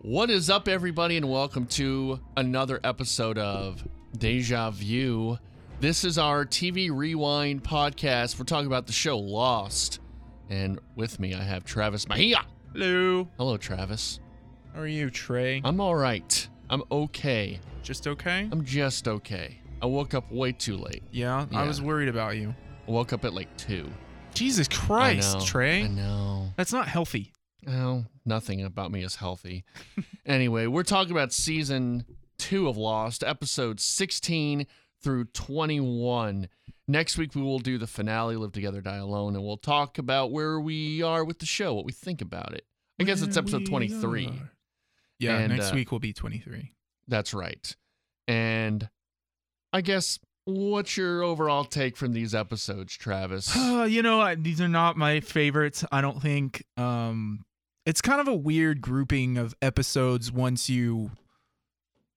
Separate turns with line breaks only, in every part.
What is up, everybody, and welcome to another episode of Deja Vu. This is our TV Rewind podcast. We're talking about the show Lost. And with me, I have Travis Mahia.
Hello.
Hello, Travis.
How are you, Trey?
I'm all right. I'm okay.
Just okay?
I'm just okay. I woke up way too late.
Yeah,
Yeah.
I was worried about you.
I woke up at like 2.
Jesus
I
Christ,
know,
Trey.
I know.
That's not healthy.
Well, nothing about me is healthy. anyway, we're talking about season two of Lost, episodes 16 through 21. Next week, we will do the finale, Live Together, Die Alone, and we'll talk about where we are with the show, what we think about it. I guess it's
Where
episode
we
23.
are. Yeah,
And,
next
uh,
week will be 23.
That's right. And I guess what's your overall take from these episodes, Travis?
you know, I, these are not my favorites, I don't think. Um it's kind of a weird grouping of episodes once you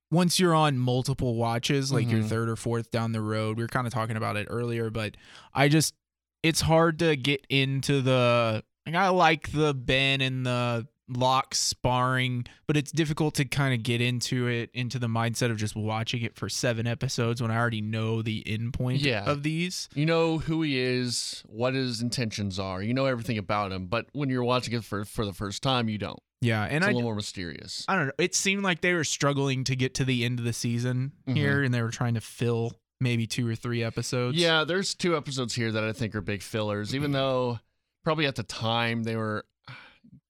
once you're on multiple watches, like your
Mhm.
third or fourth down the road. We were kind of talking about it earlier, but I just it's hard to get into the like I like the Ben and the Locke sparring, but it's difficult to kind of get into it into the mindset of just watching it for seven episodes when I already know the end point
Yeah.
of these.
You know who he is, what his intentions are. You know everything about him, but when you're watching it for, for the first time, you don't.
Yeah, and
It's a
I
little more mysterious.
I don't know. It seemed like they were struggling to get to the end of the season
Mhm.
here, and they were trying to fill maybe two or three episodes.
Yeah, there's two episodes here that I think are big fillers,
Mm-hmm.
even though probably at the time they were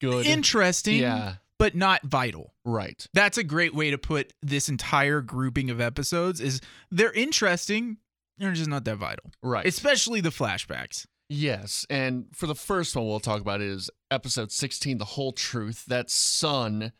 good.
interesting,
Yeah,
but not vital.
right.
That's a great way to put this entire grouping of episodes. Is they're interesting, they're just not that vital.
Right.
Especially the flashbacks.
yes. And for the first one we'll talk about is episode 16, The Whole Truth. That's Sun.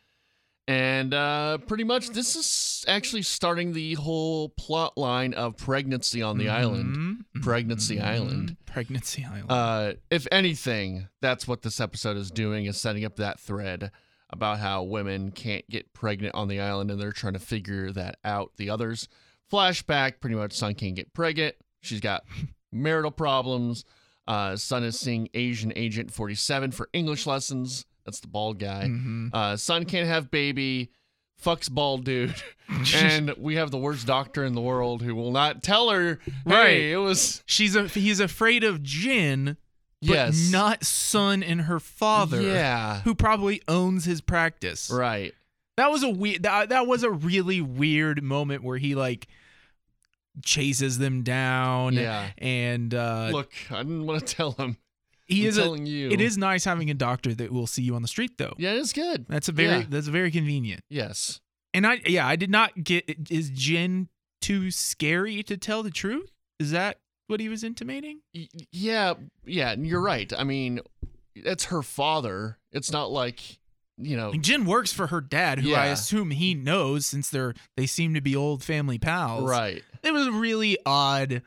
And uh, pretty much this is actually starting the whole plot line of pregnancy on the island.
Mhm.
Pregnancy Island.
Pregnancy Island.
Uh, if anything, that's what this episode is doing is setting up that thread about how women can't get pregnant on the island and they're trying to figure that out. The others flashback pretty much Sun can't get pregnant. She's got marital problems. Uh, Sun is seeing Asian agent 47 for English lessons. That's the bald guy.
Mhm.
Uh, Sun can't have baby. Fucks bald dude, and we have the worst doctor in the world who will not tell her. Hey,
Right.
it was
She's a, he's afraid of Jin, but
yes,
not Sun and her father.
Yeah,
Who probably owns his practice.
right.
That was a weird. That, that was a really weird moment where he like chases them down.
Yeah.
And uh,
Look, I didn't want to tell him.
he
I'm
is. A,
telling you.
it is nice having a doctor that will see you on the street though.
Yeah, it's good.
That's a very.
Yeah.
That's very convenient.
Yes.
And I. Yeah. I did not get. Is Jin too scary to tell the truth? Is that what he was intimating?
Y- yeah, yeah. You're right. I mean, it's her father. It's not like you know.
And Jin works for her dad, who I
Oh. Yeah.
assume he knows since they're they seem to be old family pals.
Right.
It was really odd.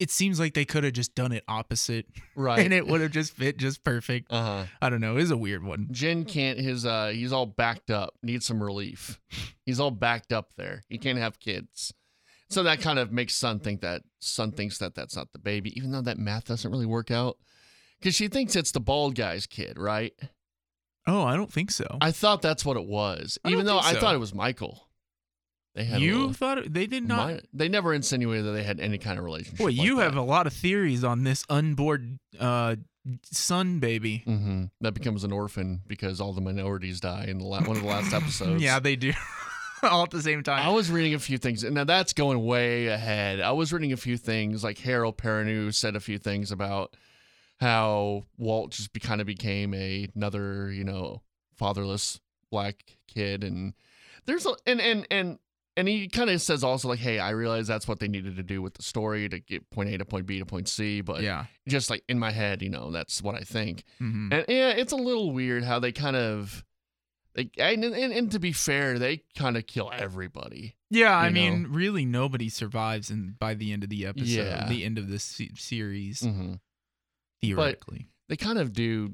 It seems like they could have just done it opposite
Right.
and it would have just fit just perfect.
uh huh.
I don't know. It was a weird one.
Jin can't. His uh, he's all backed up. Needs some relief. He's all backed up there. He can't have kids. So that kind of makes Sun think that Sun thinks that that's not the baby, even though that math doesn't really work out, because she thinks it's the bald guy's kid, right?
Oh, I don't think so.
I thought that's what it was,
I don't
even though
think
I
so.
thought it was Michael. They had a
you
little-
thought it, they did not.
my- they never insinuated that they had any kind of relationship.
boy, you have a lot of theories on this unborn uh, son baby.
hmm that becomes an orphan because all the minorities die in the la- one of the last episodes.
yeah, they do. All at the same
I
time.
was reading a few things, and now that's going way ahead. I was reading a few things, like Harold Perrineau said a few things about how Walt just be, kind of became a, another, you know, fatherless black kid, and there's a, and and and and he kind of says also like, hey, I realize that's what they needed to do with the story to get point A to point B to point C, but
yeah.
just like in my head, you know, that's what I think.
Mhm.
And yeah, it's a little weird how they kind of. Like, and, and, and to be fair, they kind of kill everybody.
Yeah, I
you know.
mean, really, nobody survives in, by the end of the episode,
Yeah.
the end of this se- series,
Mm-hmm.
theoretically.
They kind of do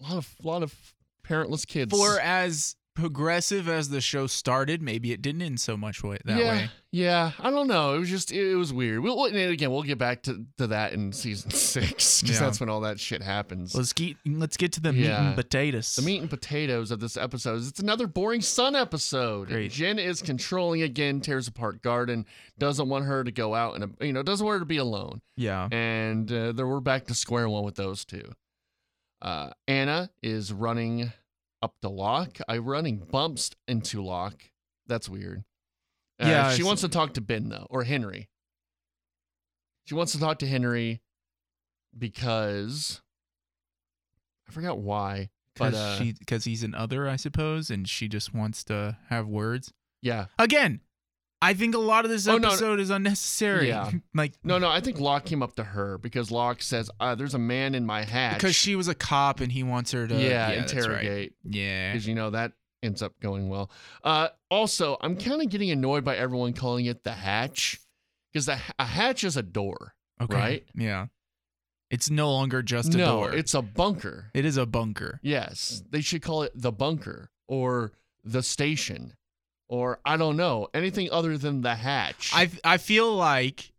a lot of lot of parentless kids.
For as progressive as the show started. Maybe it didn't end so much way that
yeah,
way.
yeah. I don't know. It was just it, it was weird. We'll we'll- and again we'll get back to, to that in season six because
Yeah.
that's when all that shit happens.
Let's get let's get to the meat
Yeah.
and potatoes.
the meat and potatoes of this episode is it's another boring sun episode.
Great.
Jen is controlling again, tears apart garden, doesn't want her to go out and you know doesn't want her to be alone.
Yeah.
and uh, there we're back to square one with those two. Uh, Anna is running up to Locke. I running bumps into Locke. That's weird. Uh,
Yeah,
she
it's-
wants to talk to Ben though, or Henry. She wants to talk to Henry because I forgot why, but
Because
uh,
she because he's an other, I suppose, and she just wants to have words.
yeah,
Again, I think a lot of this
Oh, no, no.
episode is unnecessary.
Yeah.
like
no, no. I think Locke came up to her because Locke says, uh, "There's a man in my hatch."
because she was a cop and he wants her to
yeah,
that's right.
interrogate.
Yeah.
because you know that ends up going well. Uh, also, I'm kind of getting annoyed by everyone calling it the hatch because the a hatch is a door.
Okay.
right?
Yeah. It's no longer just a
no,
door.
it's a bunker.
it is a bunker.
yes, they should call it the bunker or the station or I don't know anything other than the hatch.
I I feel like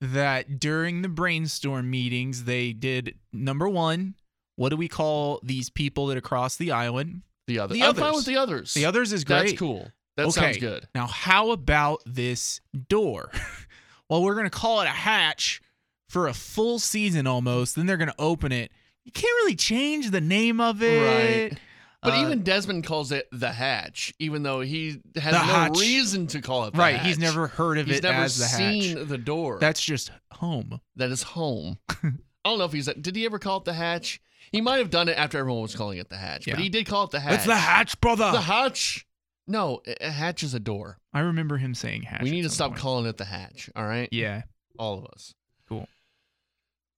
that during the brainstorm meetings they did number one. What do we call these people that across the island?
the other.
the
I'm fine
others.
with the others.
The others is great.
That's cool. That sounds
Okay.
good.
Now, how about this door? well, we're gonna call it a hatch for a full season almost. Then they're gonna open it. You can't really change the name of it.
Right. But
Uh,
even Desmond calls it the hatch, even though he has
The
no
hatch.
reason to call it. The
right, he's
hatch.
never heard of
He's
it
never
as the
seen
hatch.
the door.
That's just home.
that is home. I don't know if he's. Did he ever call it the hatch? He might have done it after everyone was calling it the hatch,
Yeah.
but he did call it the hatch.
It's the hatch, brother.
The hatch. No, a- a hatch is a door.
I remember him saying hatch.
we
at
need to
some
stop
point.
calling it the hatch. All right,
Yeah.
all of us.
Cool.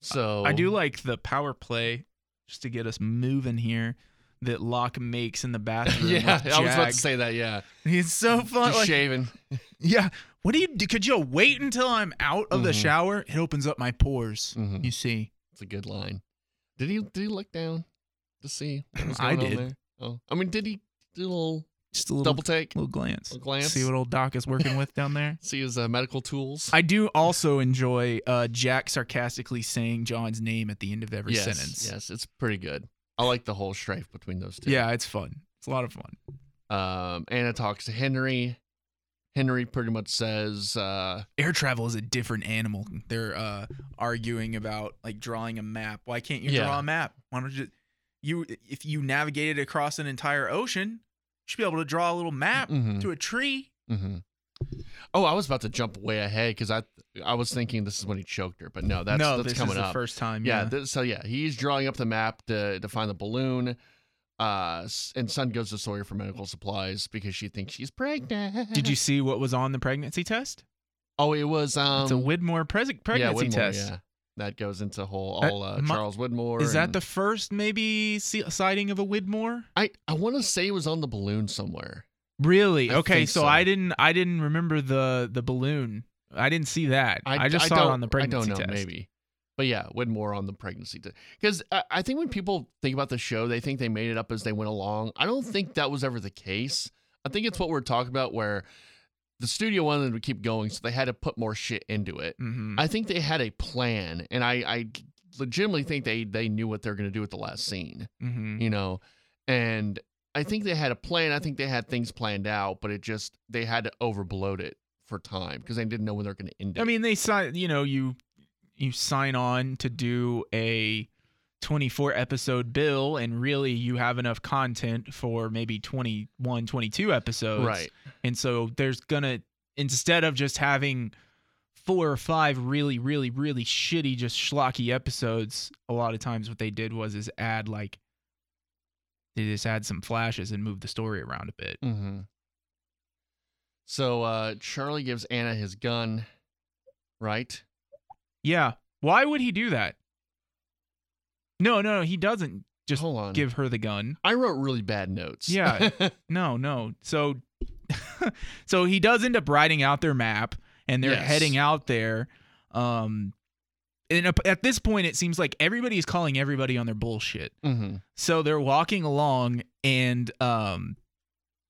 So
I do like the power play, just to get us moving here, that Locke makes in the bathroom.
yeah,
with
I was about
Jack.
to say that. Yeah,
He's so fun.
just
like-
shaving.
yeah. What do you do? Could you wait until I'm out of the
Mhm.
shower? It opens up my pores.
Mhm.
You see.
It's a good line. Did he? Did he look down to see what was going
I
on
did.
there? Oh, I mean, did he do a little,
Just a little
double take?
little glance.
Little glance.
See what old Doc is working with down there.
See his uh, medical tools.
I do also enjoy uh, Jack sarcastically saying John's name at the end of every
yes,
sentence.
Yes, it's pretty good. I like the whole strife between those two.
Yeah, it's fun. It's a lot of fun.
Um, Anna talks to Henry. Henry pretty much says, uh,
air travel is a different animal. They're uh, arguing about like drawing a map. Why can't you
Yeah.
draw a map? Why don't you you if you navigated across an entire ocean, you should be able to draw a little map
mhm,
to a tree.
mhm. "Oh, I was about to jump way ahead because I I was thinking this is when he choked her, but no, that's
no,
that's
this
coming
is the
up.
first time.
yeah,
Yeah,
th- so yeah, he's drawing up the map to to find the balloon. Uh, s- and Sun goes to Sawyer for medical supplies because she thinks she's pregnant.
Did you see what was on the pregnancy test?
Oh, it was um,
it's a Widmore pres-
yeah,
pregnancy
Widmore,
test.
Yeah, that goes into whole
That-
all uh,
my-
Charles Widmore.
Is that
and-
the first maybe si- sighting of a Widmore?
I I want to say it was on the balloon somewhere.
Really?
I
okay,
think
so,
so.
I didn't I didn't remember the the balloon. I didn't see that. I, just saw it
don't-
on the pregnancy
I don't know,
test.
maybe. But yeah, Widmore on the pregnancy test. Because I, I think when people think about the show, they think they made it up as they went along. I don't think that was ever the case. I think it's what we're talking about where the studio wanted to keep going, so they had to put more shit into it.
Mhm.
I think they had a plan, and I, I legitimately think they, they knew what they're going to do with the last scene.
Mhm.
you know and i think they had a plan i think they had things planned out but it just they had to overbloat it for time because they didn't know when they're going to end it
I mean, they sign. You know, you you sign on to do a twenty four episode bill, and really, you have enough content for maybe 21, 22 episodes,
right
And so there's gonna instead of just having four or five really, really, really shitty, just schlocky episodes, a lot of times what they did was is add like they just add some flashes and move the story around a bit.
mm-hmm. so uh charlie gives anna his gun right
Yeah, why would he do that? No, no, he doesn't. Just
hold on
give her the gun.
i wrote really bad notes
Yeah. No, no. So so he does end up writing out their map and they're
Yes.
heading out there. Um and up- at this point it seems like everybody is calling
Mm-hmm,
everybody on their bullshit.
Mhm.
So they're walking along and um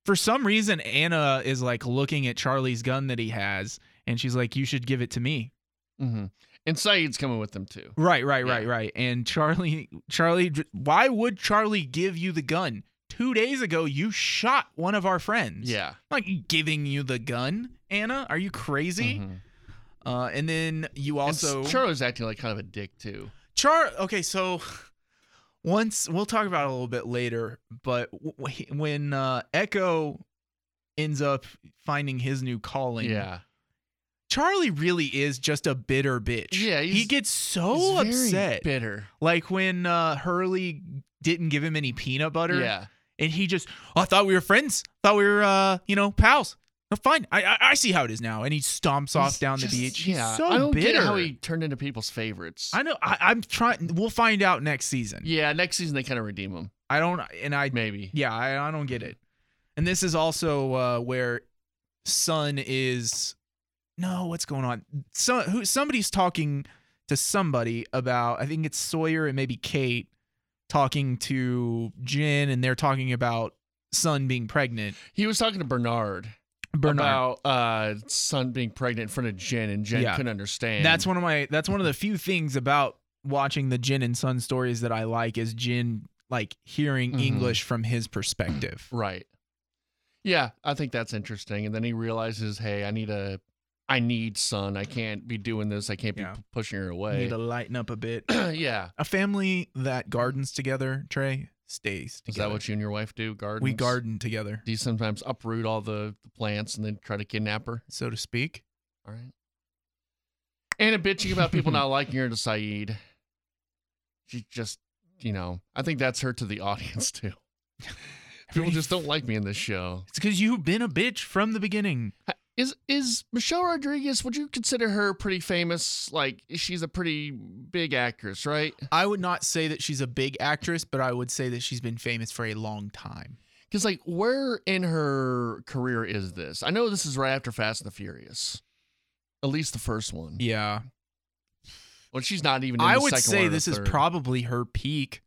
for some reason Anna is like looking at Charlie's gun that he has and she's like you should give it to me.
hmm And Saeed's coming with them too.
Right, right,
Yeah.
right, right. And Charlie Charlie why would Charlie give you the gun? 2 days ago you shot one of our friends.
Yeah.
Like giving you the gun, Anna? Are you crazy?
Mhm.
Uh and then you
And
also
Charlie's acting like kind of a dick too.
Char. Okay, so once we'll talk about it a little bit later, but w- w- when uh, Echo ends up finding his new calling,
Yeah.
Charlie really is just a bitter bitch.
Yeah,
he
he's-
gets so
He's very
oh, upset.
bitter.
Like when uh, Hurley didn't give him any peanut butter,
Yeah.
and he just, "Oh, I thought we were friends. Thought we were, uh, you know, pals. No, fine. I, I I see how it is now. And he stomps off
He's
down
just-
the beach.
Yeah.
He's so
I don't
bitter.
get how he turned into people's favorites.
I know. I, I'm trying. We'll find out next season.
yeah. Next season they kind of redeem him.
I don't, and I,
Maybe.
yeah, I, I don't get it. And this is also uh, where Sun is. No, what's going on? So, who, somebody's talking to somebody about. I think it's Sawyer and maybe Kate talking to Jin, and they're talking about Sun being pregnant.
He was talking to Bernard,
Bernard.
about uh, son being pregnant in front of Jen, and Jen
Yeah.
couldn't understand.
that's one of my. That's one of the few things about watching the Jin and Sun stories that I like is Jin like hearing
Mhm.
English from his perspective.
right. Yeah, I think that's interesting. And then he realizes, hey, I need a, I need son. I can't be doing this. I can't be
Yeah.
p- pushing her
Need
away.
to lighten up a bit.
yeah.
A family that gardens together, Trey, stays
Is
together.
that what you and your wife do? Gardens.
we garden together,
Do you sometimes uproot all the, the plants and then try to kidnap her?
so to speak?
All right. And a bitching about people not liking her to Saeed. She just, you know, I think that's her to the audience too. People just don't like me in this show.
It's because you've been a bitch from the beginning.
Is is Michelle Rodriguez? Would you consider her pretty famous? Like she's a pretty big actress, right?
I would not say that she's a big actress, but I would say that she's been famous for a long time.
Because like, where in her career is this? I know this is right after Fast and the Furious, at least the first one.
Yeah,
Well, she's not even. In
I
the
would
second
say
one or the
this is
third.
probably her peak.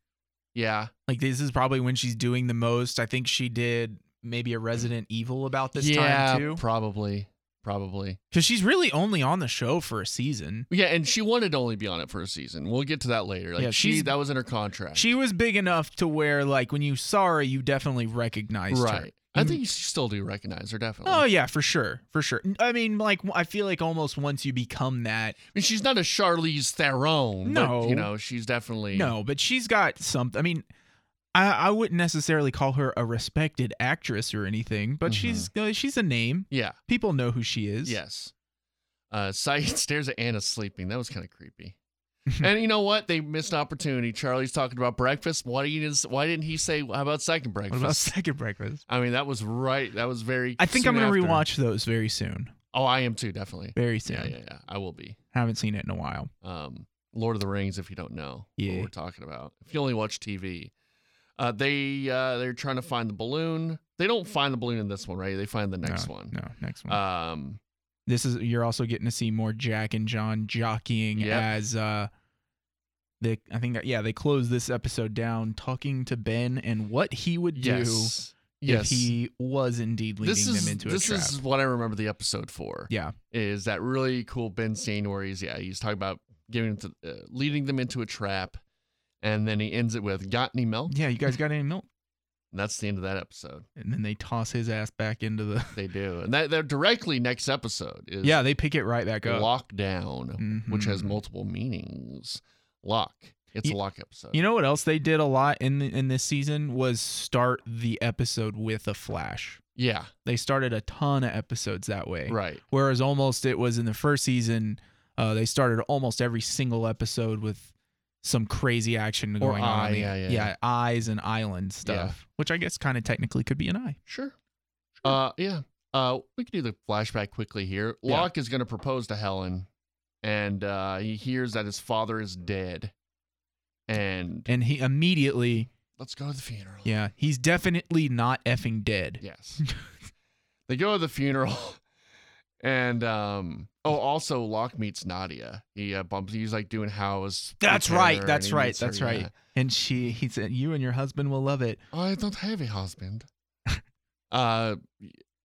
yeah,
Like this is probably when she's doing the most. I think she did maybe a Resident Evil about this
yeah,
time too,
probably, probably.
because she's really only on the show for a season.
Yeah, and she wanted to only be on it for a season. We'll get to that later. Like
Yeah,
she
she's-
that was in her contract.
She was big enough to where, like, when you saw her, you definitely recognized her.
right. I
Mhm.
think you still do recognize her definitely.
Oh
I
yeah, for sure, for sure. I mean, like I feel like almost once you become that,
mean, she's not a Charlize Theron. but,
No.
you know she's definitely
no, but she's got something. I mean, I I wouldn't necessarily call her a respected actress or anything, but
Mhm.
she's uh, she's a name.
Yeah.
People know who she is.
Yes. Uh, Saeed stares at Anna sleeping. That was kind of creepy. and you know what? They missed an opportunity. Charlie's talking about breakfast. Why didn't Why didn't he say how about second
What
breakfast?
about second breakfast?
I mean, that was right. That was very.
I think I'm
soon
gonna
after.
rewatch those very soon.
Oh, I am too. Definitely.
Very soon.
Yeah, yeah, yeah. I will be.
Haven't seen it in a while.
um, Lord of the Rings. If you don't know what
Yeah.
we're talking about, if you only watch TV, uh, they uh, they're trying to find the balloon. They don't find the balloon in this one, right? They find the next
no,
one.
No, next one.
Um,
this is you're also getting to see more Jack and John jockeying
Yep.
as uh they I think that yeah, they close this episode down talking to Ben and what he would
yes,
do
yes.
if he was indeed leading
this is
them into a
this
trap.
is what I remember the episode for.
yeah.
is that really cool Ben scene where he's yeah he's talking about giving them to, uh, leading them into a trap, and then he ends it with "Got any milk?"
Yeah, you guys got any milk?
And that's the end of that episode.
And then they toss his ass back into the
They do, and that they're directly next episode is
Yeah, they pick it right back up.
lockdown, which has
Mhm.
multiple meanings. Lock. It's
Ye-
a lock episode.
You know what else they did a lot in the, in this season was start the episode with a flash.
yeah,
They started a ton of episodes that way.
right.
Whereas almost it was in the first season, uh, they started almost every single episode with some crazy action
Or
going
eye,
on.
yeah, yeah.
eyes and island stuff, which I guess kind of technically could be an eye.
Sure. Uh, yeah. Uh, we can do the flashback quickly here.
Yeah.
Locke is going to propose to Helen, and uh, he hears that his father is dead. And
And he immediately,
let's go to the funeral.
yeah, he's definitely not effing dead.
Yes. they go to the funeral, and um. Oh, also Locke meets Nadia. He uh, bumps. He's like doing house. with
That's
her,
right.
and
That's
he
right.
meets her,
That's right.
yeah. Oh,
And she, he said, "You and your husband will love it."
I don't have a husband. Uh,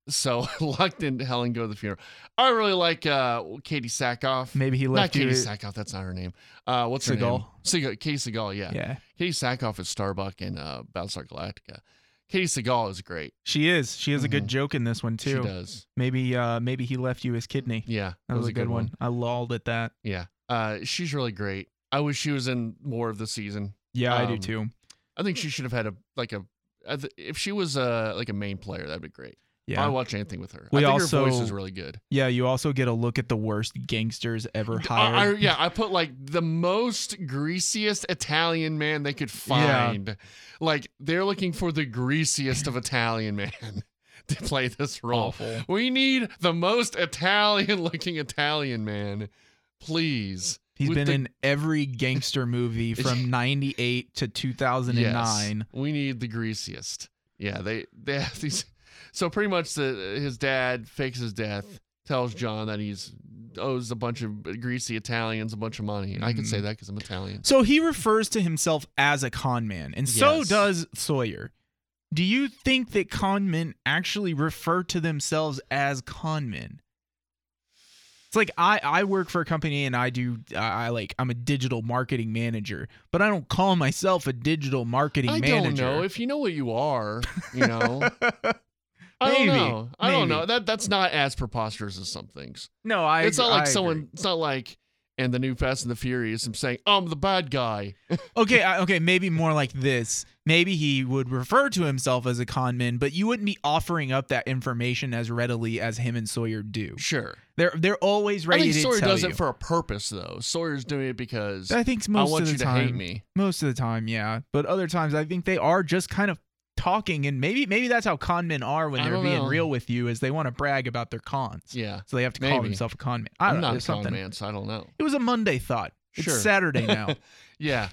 so Luck and Helen go to the funeral. I really like uh, Katie Sackhoff.
Maybe he
Not
left you.
Katie Sackhoff. That's not her name. Uh, what's her name?
Seagal.
Seagal. Katie Seagal. Yeah.
Yeah,
Katie Sackhoff is Starbuck in uh, Battlestar Galactica. Katie Seagal is great.
she is. She has a
Mhm.
good joke in this one
She
too.
does.
Maybe, uh, maybe he left you his kidney.
Yeah,
That was, a good one. I lolled at that.
Yeah, uh, she's really great. I wish she was in more of the season.
Yeah, I do
Um,
too.
I think she should have had a like a. I th- if she was uh like a main player, that'd be great.
Yeah,
I would watch anything with her.
We
I think
also-
her voice is really good.
yeah. You also get a look at the worst gangsters ever hired.
I, I- yeah, I put like the most greasiest Italian man they could
Yeah.
find. Like they're looking for the greasiest of Italian man to play
Oh.
this role.
Awful.
We need the most Italian looking Italian man, please.
He's
With
been
the-
in every gangster movie from 98 to 2009.
Yes, we need the greasiest. Yeah, they they have these. So pretty much, the his dad fakes his death, tells John that he's owes a bunch of greasy Italians a bunch of money. And I can say that because I'm Italian.
So he refers to himself as a con man, and so
Yes.
does Sawyer. Do you think that con men actually refer to themselves as con men? It's like I, I work for a company and I do I I like I'm a digital marketing manager, but I don't call myself a digital marketing
I don't
manager.
know if you know what you are. You know, I don't
Maybe,
know. I don't
maybe.
know. That that's not as preposterous as some things.
no, I
it's not like
I
someone.
agree.
It's not like and the new Fast and the Furious. I'm saying I'm the bad guy.
Okay, I, okay, maybe more like this. Maybe he would refer to himself as a con man, but you wouldn't be offering up that information as readily as him and Sawyer do.
Sure.
They're they're always ready
I think
to
Sawyer
tell
does
you.
it for a purpose, though. Sawyer's doing it because
I think
I
most
want
of the
you to
time,
hate me.
most of the time, yeah. But other times, I think they are just kind of talking, and maybe maybe that's how con men are when
I
they're
don't
being
know.
real with you, is they want to brag about their cons,
Yeah.
so they have to call
Maybe.
themselves a con man. I don't
I'm
know
not a
there's something.
con man, so I don't know.
It was a Monday thought.
Sure.
It's Saturday now.
Yeah.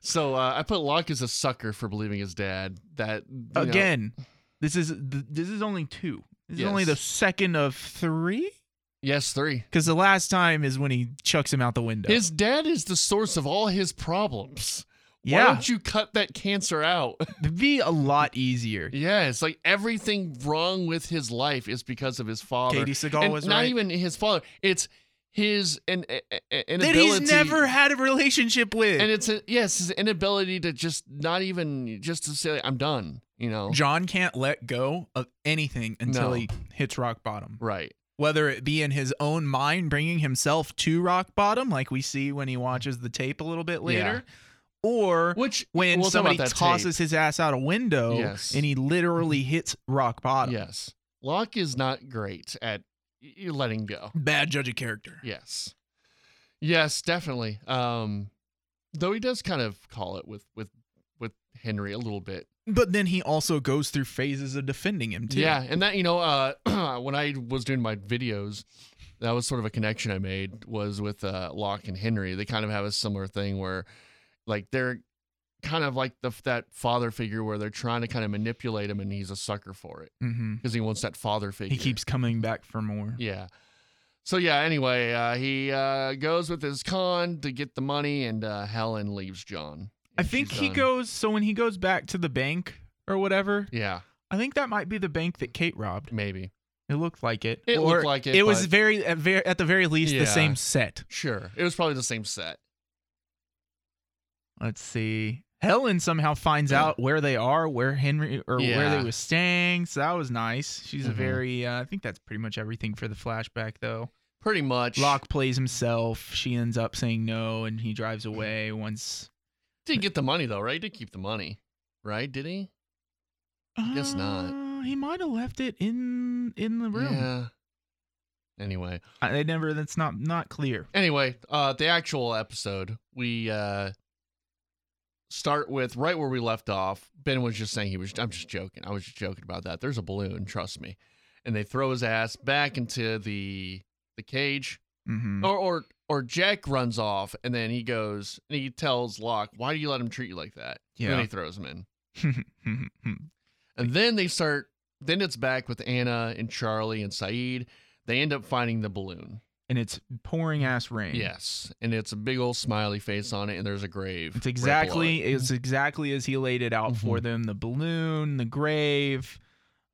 so uh, I put Locke as a sucker for believing his dad. That you know-
Again, this is th- this is only two. This is only
Yes.
the second of three,
yes, three.
because the last time is when he chucks him out the window.
His dad is the source of all his problems. Why
yeah,
don't you cut that cancer out?
it'd be a lot easier.
yeah, it's like everything wrong with his life is because of his father.
Katie Seagal
and
was
not
right.
even his father. It's his an, an
that
inability
he's never had a relationship with.
and it's a, yes, his inability to just not even just to say I'm done. You know,
John can't let go of anything until
No.
he hits rock bottom.
right?
Whether it be in his own mind bringing himself to rock bottom, like we see when he watches the tape a little bit later, or
Which
when
we'll talk
somebody
about that
tosses his ass out a window
Yes. Mm-hmm.
and he literally hits rock bottom.
Yes. Locke is not great at y- letting go.
Bad judge of character.
Yes. Yes, definitely. Um though he does kind of call it with with with Henry a little bit.
But then he also goes through phases of defending him, too.
Yeah, and that you know, uh when I was doing my videos, that was sort of a connection I made was with uh Locke and Henry. They kind of have a similar thing where like they're kind of like the that father figure where they're trying to kind of manipulate him and he's a sucker for it
hmm
because he wants that father figure.
He keeps coming back for more.
Yeah. So yeah. Anyway, uh, he uh, goes with his con to get the money, and uh, Helen leaves John.
I
And
think
she's um,
he
done.
goes, so when he goes back to the bank or whatever,
Yeah,
I think that might be the bank that Kate robbed.
maybe.
It looked like it.
It looked like it,
It was
but-
very at, very at the very least
Yeah.
the same set.
Sure. It was probably the same set.
Let's see. Helen somehow finds
Yeah.
out where they are, where Henry or where
Yeah.
they was staying. So that was nice. She's a
Mhm.
very. Uh, I think that's pretty much everything for the flashback, though.
Pretty much.
Locke plays himself. She ends up saying no, and he drives away. Once.
did get the money though, right? He did keep the money, right? Did he? guess not.
Uh, He might have left it in in the room.
Yeah. Anyway.
I, they never. That's not not clear.
Anyway, uh, the actual episode we uh start with right where we left off. Ben was just saying he was. I'm just joking. I was just joking about that. There's a balloon. Trust me. And they throw his ass back into the the cage.
Mm-hmm.
Or or or Jack runs off and then he goes and he tells Locke, "Why do you let him treat you like that?" And then
Yeah.
he throws him in. And then they start. Then it's back with Anna and Charlie and Saeed. They end up finding the balloon.
and it's pouring ass rain.
Yes, and it's a big old smiley face on it, and there's a grave. right
It's
below
exactly
it. Mm-hmm.
it's exactly as he laid it out for them. The balloon, the grave,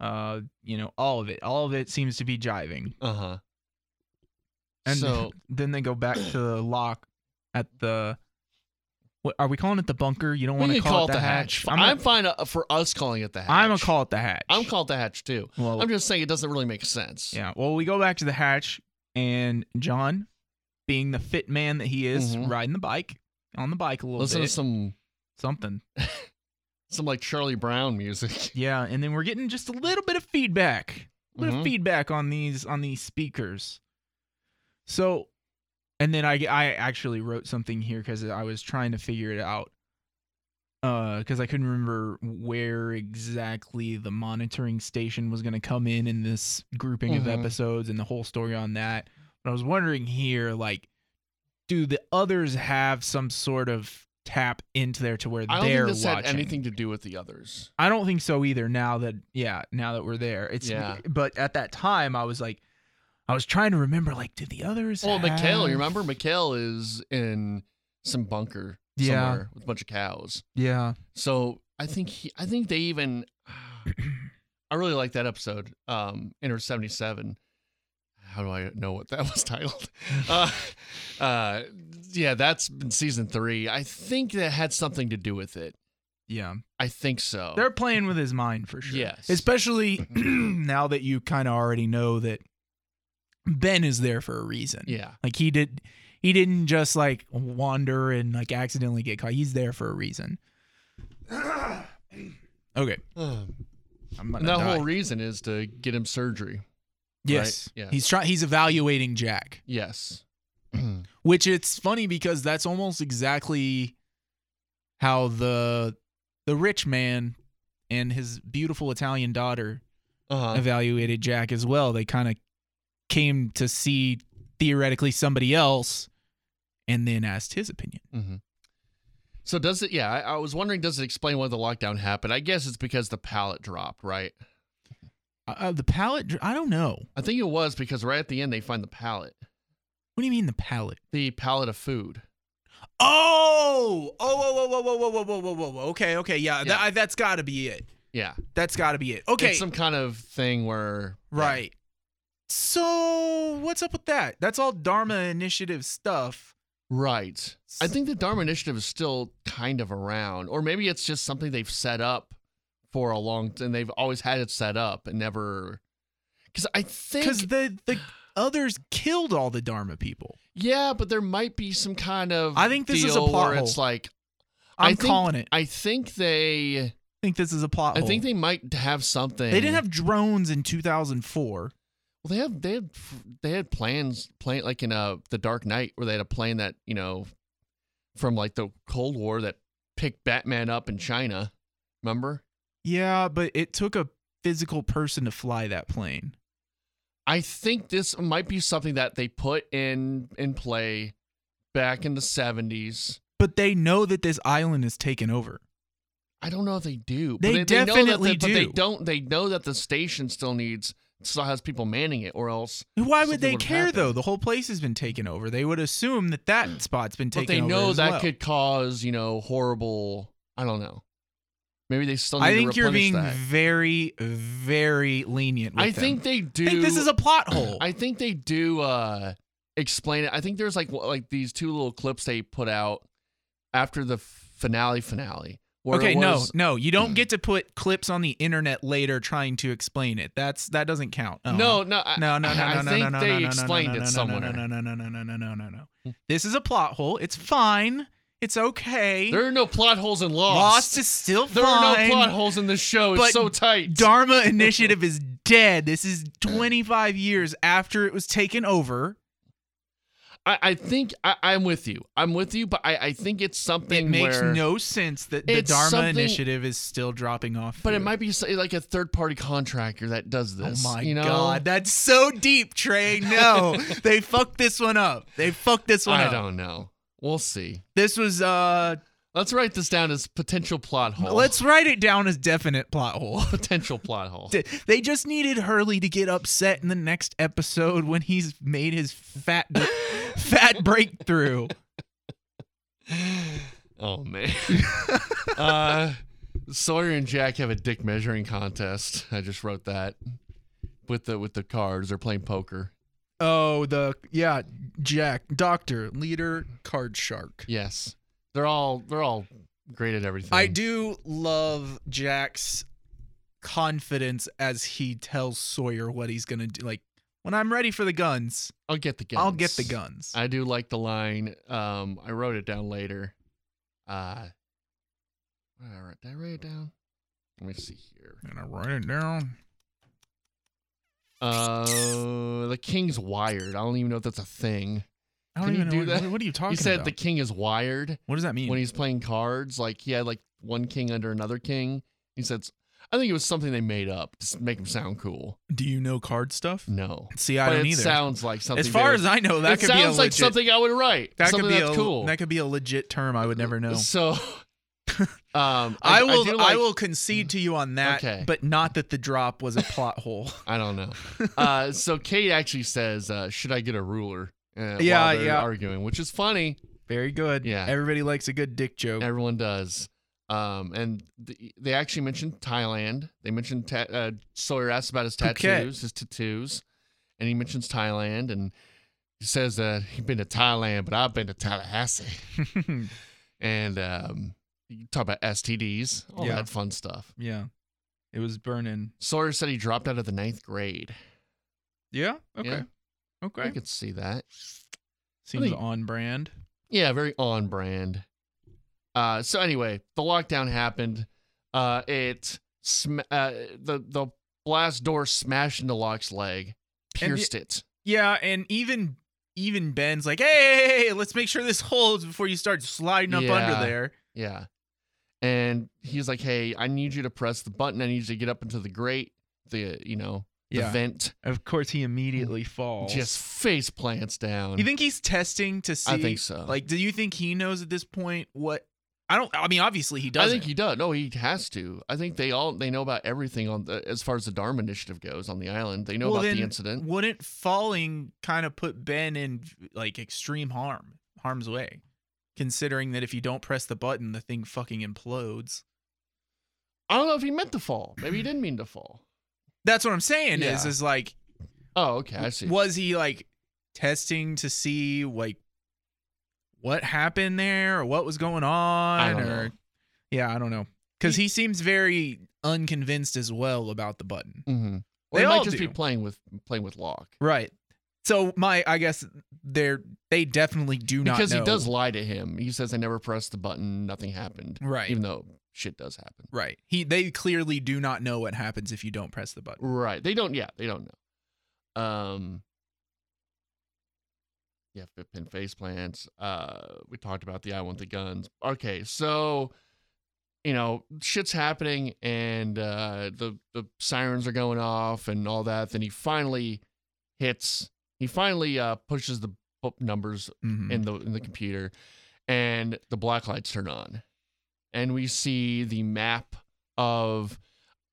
uh, you know, all of it. All of it seems to be jiving.
Uh huh.
And
so
then they go back to the lock at the. What are we calling it? The bunker? You don't
we
want to
can
call, it the hatch.
I'm,
I'm,
fine uh, for us calling it the hatch.
a, I'm gonna call it the hatch.
I'm call it the hatch too.
Well,
I'm just saying it doesn't really make sense.
yeah. Well, we go back to the hatch, and John, being the fit man that he is,
Mhm.
riding the bike on the bike a little
Listen
bit,
to some
something.
some like Charlie Brown music. Mm-hmm.
Yeah, and then we're getting just a little bit of feedback, a little
Mhm.
feedback on these on these speakers. So, and then I I actually wrote something here because I was trying to figure it out, because I couldn't remember where exactly the monitoring station was going to come in in this grouping of
Mhm.
episodes and the whole story on that. But I was wondering here, like, do the others have some sort of tap into there to where
I don't
they're
think this
watching?
had anything to do with the others.
I don't think so either. Now that yeah, now that we're there, it's
Yeah.
But at that time, I was like, I was trying to remember like, do the others?
Well, Mikhail,
have-
you remember Mikhail is in some bunker
Yeah.
somewhere with a bunch of cows.
Yeah,
So I think he, I think they even. I really like that episode, um, Inter seventy seven. How do I know what that was titled? Uh, uh, yeah, that's in season three. I think that had something to do with it.
yeah.
I think so.
They're playing with his mind for sure.
Oh. Yes.
especially now that you kind of already know that Ben is there for a reason.
yeah,
like he did. He didn't just like wander and like accidentally get caught. He's there for a reason. okay, I'm gonna
and that
die.
whole reason is to get him surgery.
yes,
yeah.
he's trying. He's evaluating Jack.
Yes. Uh-huh.
which it's funny because that's almost exactly how the the rich man and his beautiful Italian daughter
Uh-huh.
evaluated Jack as well. They kind of came to see theoretically somebody else and then asked his opinion.
hmm So does it? Yeah, I, I was wondering, does it explain why the lockdown happened? I guess it's because the pallet dropped, right?
Uh, the pallet dr- I don't know.
I think it was because right at the end they find the pallet,
What do you mean the pallet?
the pallet of food.
Oh, oh, whoa, whoa, whoa, whoa, whoa, whoa, whoa, whoa, whoa. Okay, okay, yeah,
Yeah.
That, that's got to be it.
Yeah,
That's got to be it. Okay,
it's some kind of thing where
Right. So what's up with that? That's all Dharma initiative stuff.
right. I think the Dharma Initiative is still kind of around, or maybe it's just something they've set up for a long, and they've always had it set up and never. Because I
because
think,
the the others killed all the Dharma people.
yeah, but there might be some kind of.
I think this is a
deal
plot
where it's
hole.
like I
I'm
think-
calling it. I
I think they.
think this is a plot
I
hole.
think they might have something.
they didn't have drones in 2004.
Well, they have. They had. They had plans. Plan like in uh the Dark Knight, where they had a plane that you know, from like the Cold War that picked Batman up in China. Remember?
Yeah, but it took a physical person to fly that plane.
I think this might be something that they put in in play back in the seventies.
But they know that this island is taken over.
I don't know if they do.
They
but know that
definitely
they- But they
do.
don't. They know that the station still needs still has people manning it, or else.
Why would
Something
they
would've
care
happened.
though? The whole place has been taken over. They would assume that that spot's been taken
but they
over.
know
as
that
well.
could cause you know horrible i don't know maybe they still need
I think
to
you're
replenish
being
that.
very, very lenient. With
i
them.
think they do
I think this is a plot hole.
i think they do uh explain it i think there's like w- like these two little clips they put out after the finale finale where
okay,
it was, Hmm.
no, no, you don't get to put clips on the internet later trying to explain it. That's that doesn't count. Uh-uh.
no no I-
No, no, no,
I
no, no,
think
no, no,
they
no, no,
explained
no, no,
it
no,
somewhere.
No, no, no, no, no, no, no, no, no, no. This is a plot hole. It's fine. It's okay.
there are no plot holes in
Lost
lost,
is still
there
fine.
are no plot holes in this show it's
But
so tight
Dharma Initiative is dead. This is 25 years after it was taken over.
I, I think I, i'm with you i'm with you but i, I think it's
It
something
makes
where,
no sense that the
It's
Dharma
something-
Initiative is still dropping off.
But it
food.
might be say, like a third party contractor that does
Oh
this.
my
you know?
god, that's so deep, Trey. No, they fucked this one up. They fucked this one
I
up.
don't know. We'll see.
This was uh
Let's write this down as potential plot hole.
let's write it down as definite plot hole.
potential plot hole.
They just needed Hurley to get upset in the next episode when he's made his fat fat breakthrough.
oh man. uh, Sawyer and Jack have a dick measuring contest. I just wrote that with the with the cards. They're playing poker.
Oh, the yeah, Jack, doctor, leader, card shark.
Yes, they're all they're all great at everything.
I do love Jack's confidence as he tells Sawyer what he's gonna do. Like, when I'm ready for the guns,
I'll get the guns.
I'll get the guns.
I do like the line. Um, I wrote it down later. Uh, what did I write? Did I write it down? Let me see here.
and I write it down.
Uh, the king's wired. I don't even know if that's a thing.
I don't
Can you
even
do
know what-
that?
What, what are you talking
he said
about?
the king is wired
what does that mean?
when he's playing cards. Like he had like one king under another king. He said, s- I think it was something they made up just to make him sound cool.
do you know card stuff?
No,
See,
Mm.
I
but
don't
it
either.
sounds like something.
as far
they
as I know,
would-
that
it
could be a
sounds
legit,
like something I would write.
that
something
could be
that's
a,
cool.
That could be a legit term. I would never know.
So, um,
I will. I,
do like-
will concede to you on that,
Okay.
but not that the drop was a plot hole.
I don't know. Uh, so Kate actually says, uh, "Should I get a ruler?" Uh,
Yeah,
while they're
yeah.
Arguing, which is funny.
Very good.
Yeah.
Everybody likes a good dick joke.
Everyone does. Um, and th- they actually mentioned Thailand. They mentioned ta- uh, Sawyer asked about his
Phuket.
tattoos, his tattoos, and he mentions Thailand and he says that he'd been to Thailand, but I've been to Tallahassee. And um, you talk about STDs, all
Yeah.
that fun stuff.
yeah. It was burning.
Sawyer said he dropped out of the ninth grade.
Yeah. Okay.
Yeah. I
Okay.
could see that.
Seems
think-
on brand.
Yeah, very on brand. Uh, so anyway, the lockdown happened. Uh, it sm- uh, the the blast door smashed into Locke's leg,
And y-
pierced it.
Yeah, and even even Ben's like, hey, let's make sure this holds before you start sliding up
Yeah.
under there.
Yeah, and he's like, "Hey, I need you to press the button. I need you to get up into the grate, the you know, the
Yeah.
vent.
Of course, he immediately falls.
Just face plants down."
You think he's testing to see?
I think so.
Like, do you think he knows at this point what? I don't. I mean, obviously he
I
doesn't.
think he does. No, he has to. I think they all they know about everything on the, as far as the Dharma Initiative goes on the island. They know
Well,
about the
then
incident.
Wouldn't falling kind of put Ben in like extreme harm, harm's way, considering that if you don't press the button, the thing fucking implodes.
I don't know if he meant to fall. Maybe he didn't mean to fall.
That's what I'm saying. Is
Yeah.
is like,
Oh, okay. I see.
was he like testing to see like what happened there or what was going on?
I don't
or
know.
yeah, I don't know. Because he, seems very unconvinced as well about the button.
Mm-hmm. Or
They
he might
all
just be
do.
playing with playing with Locke
Right. So my, I guess they're they definitely do not
because he
know.
does lie to him. He says I never pressed the button. Nothing happened.
Right.
Even though shit does happen.
Right. He they clearly do not know what happens if you don't press the button.
Right. They don't. Yeah. They don't know. Um. Yeah. Fifth pin face plants. Uh. We talked about the I want the guns. Okay. So. You know, shit's happening, and uh, the the sirens are going off and all that. Then he finally hits. He finally uh, pushes the bu- numbers
Mhm.
in the in the computer, and the black lights turn on, and we see the map of,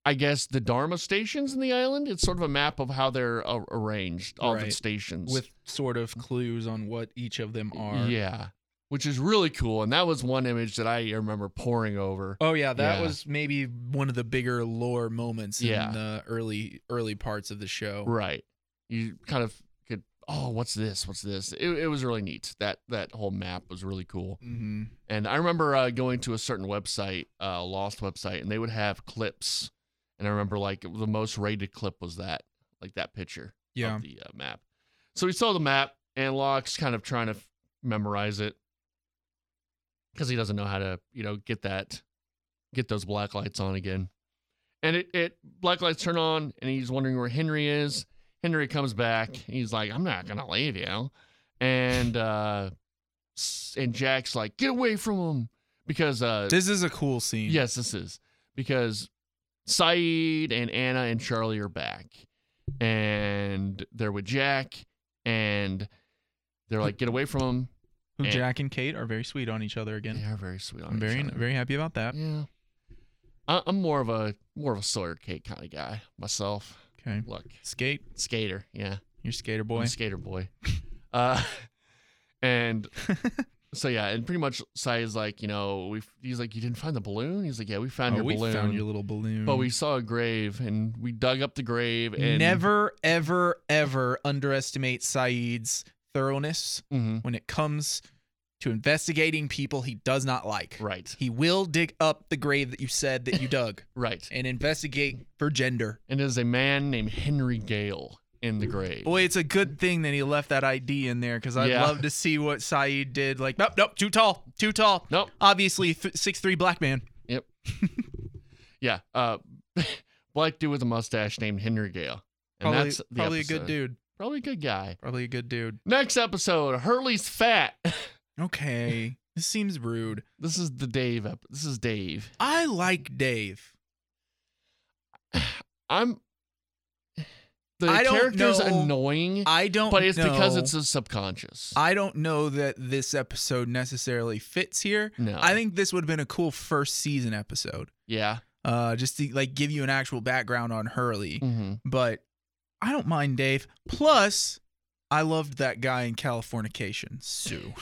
I guess, the Dharma stations in the island. It's sort of a map of how they're uh, arranged, all the
Right.
stations.
with sort of clues on what each of them are.
yeah, which is really cool, and that was one image that I remember poring over.
Oh yeah, that
Yeah.
was maybe one of the bigger lore moments
Yeah.
in the early early parts of the show.
Right, you kind of could. Oh, what's this? What's this? It, it was really neat. That that whole map was really cool.
Mm-hmm.
And I remember uh, going to a certain website, uh, Lost website, and they would have clips. And I remember like the most rated clip was that, like that picture
Yeah.
of the uh, map. So we saw the map, and Locke's kind of trying to f- memorize it because he doesn't know how to, you know, get that, get those black lights on again. And it, it black lights turn on, and he's wondering where Henry is. Henry comes back. and he's like, "I'm not gonna leave you," and uh, s- and Jack's like, "Get away from him," because uh,
This is a cool scene.
Yes, this is because Saeed and Anna and Charlie are back, and they're with Jack, and they're like, "Get away from him."
Who
And-
Jack and Kate are very sweet on each other again.
They are very sweet. On
I'm
each
very
other.
very happy about that.
Yeah, I, I'm more of a more of a Sawyer Kate kind of guy myself.
Okay.
Look,
Skate,
skater. Yeah,
you're skater
I'm
boy.
a skater boy. uh, and So yeah, and pretty much Sai is like, you know, we. He's like, you didn't find the balloon. He's like, yeah, we found
Oh,
your
we
balloon,
found your little balloon.
but we saw a grave and we dug up the grave and
Mm-hmm. never, ever, ever underestimate Saeed's thoroughness
Mhm.
when it comes to investigating people he does not like.
Right,
He will dig up the grave that you said that you dug
right.
and investigate for gender.
And there's a man named Henry Gale in the grave.
Boy, it's a good thing that he left that ID in there because I'd
Yeah.
love to see what Saeed did. Like, nope, nope, too tall, too tall.
Nope.
Obviously, th- six three black man.
Yeah. Uh, black dude with a mustache named Henry Gale. And
Probably,
that's the
probably a
episode.
good dude.
Probably a good guy.
Probably a good dude.
Next episode, Hurley's fat.
Okay, this seems rude.
This is the Dave. Ep- this is Dave.
I like Dave.
I'm. The
I don't
character's
know-
annoying,
I don't.
but it's
know.
because it's a subconscious.
I don't know that this episode necessarily fits here.
no.
I think this would have been a cool first season episode.
Yeah.
Uh, just to like give you an actual background on Hurley.
hmm
but I don't mind Dave. Plus, I loved that guy in Californication, Sue.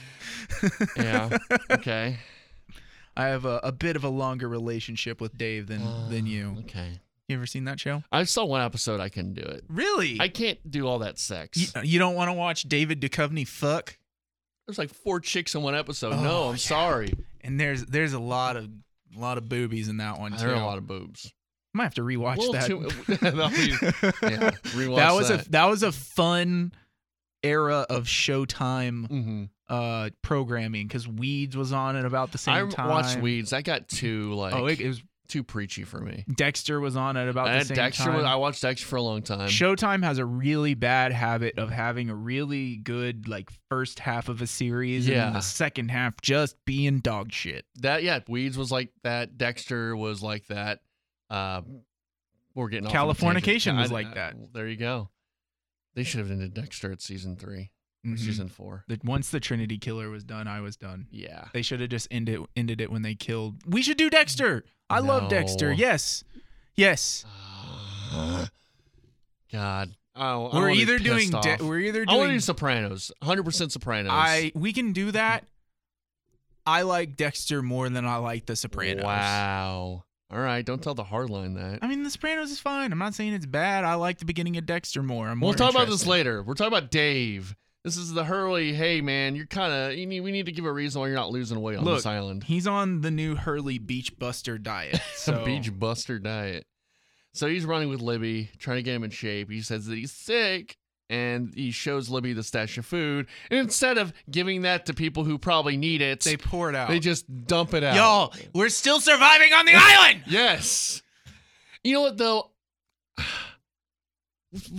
Yeah. Okay.
I have a, a bit of a longer relationship with Dave than
Uh,
than you.
Okay.
You ever seen that show?
I saw one episode. I couldn't do it.
Really?
I can't do all that sex.
you, you don't want to watch David Duchovny fuck?
There's like four chicks in one episode. no,
Oh,
I'm
yeah.
sorry.
And there's there's a lot of lot of boobies in that one too.
There are a lot of boobs.
I might have to rewatch
Little
that.
too- That'll be- yeah, rewatch
that was
that.
a that was a fun era of Showtime
Mm-hmm.
uh programming because Weeds was on at about the same
I
time.
watched Weeds. That got too like
oh, it, it was
too preachy for me.
Dexter was on at about
I
the
had
same
Uh, Dexter.
time.
I watched Dexter for a long time.
Showtime has a really bad habit of having a really good like first half of a series and then
Yeah.
the second half just being dog shit.
that yeah, Weeds was like that. Dexter was like that. Uh, we're getting off on a tangent.
Californication was
I-
like
I-
that.
There you go. They should have ended Dexter at season 3 or
Mhm.
season four.
The- Once the Trinity Killer was done, I was done.
Yeah,
They should have just ended ended it when they killed. We should do Dexter. I love Dexter.
No.
Yes, yes.
God. Oh, I
we're
wanna be
either doing
pissed off.
De- we're either
I want to
doing
do Sopranos. 100% Sopranos.
I we can do that. I like Dexter more than I like The Sopranos.
Wow. All right. Don't tell the hardline that.
I mean, The Sopranos is fine. I'm not saying it's bad. I like the beginning of Dexter more. I'm
We'll
more
talk about this
interested.
later. We're talking about Dave. This is the Hurley. Hey, man, you're kind of. You need, we need to give a reason why you're not losing weight on
Look,
this island.
He's on the new Hurley Beach Buster diet. So
Some beach buster diet. So he's running with Libby, trying to get him in shape. He says that he's sick, and he shows Libby the stash of food. And instead of giving that to people who probably need it,
they
they,
pour it out.
just dump it out.
Y'all, we're still surviving on the island.
Yes. You know what though?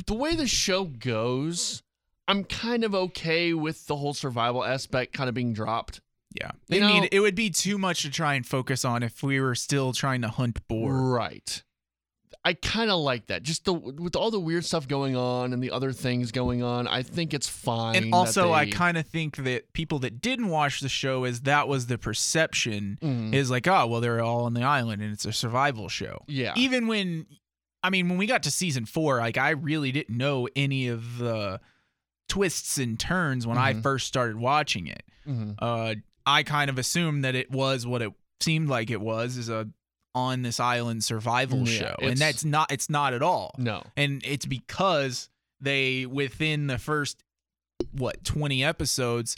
The way the show goes, I'm kind of okay with the whole survival aspect kind of being dropped.
Yeah, they
You know-
need. It would be too much to try and focus on if we were still trying to hunt boar.
Right. I kind of like that. Just the with all the weird stuff going on and the other things going on, I think it's fine.
And
that
also, I
they-
kind of think that people that didn't watch the show is that was the perception
Mm,
is like, oh, well, they're all on the island and it's a survival show.
yeah.
even when I mean when we got to season four, like I really didn't know any of the twists and turns when I
Mhm.
first started watching it.
Mhm.
Uh, I kind of assumed that it was what it seemed like it was is a on this island survival
Yeah,
show,
it's- Mm.
and that's not it's not at all.
No.
And it's because they within the first what twenty episodes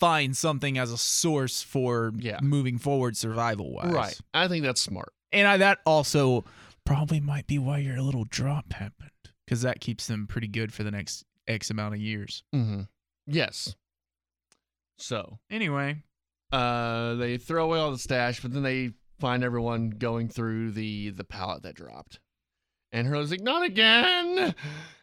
find something as a source for
Yeah.
moving forward survival wise.
Right. I think that's smart.
And I, that also probably might be why your little drop happened because that keeps them pretty good for the next X amount of years.
Mm-hmm. Yes. So,
Anyway,
Uh, they throw away all the stash, but then they find everyone going through the the pallet that dropped. And Hurley's like, "Not again!"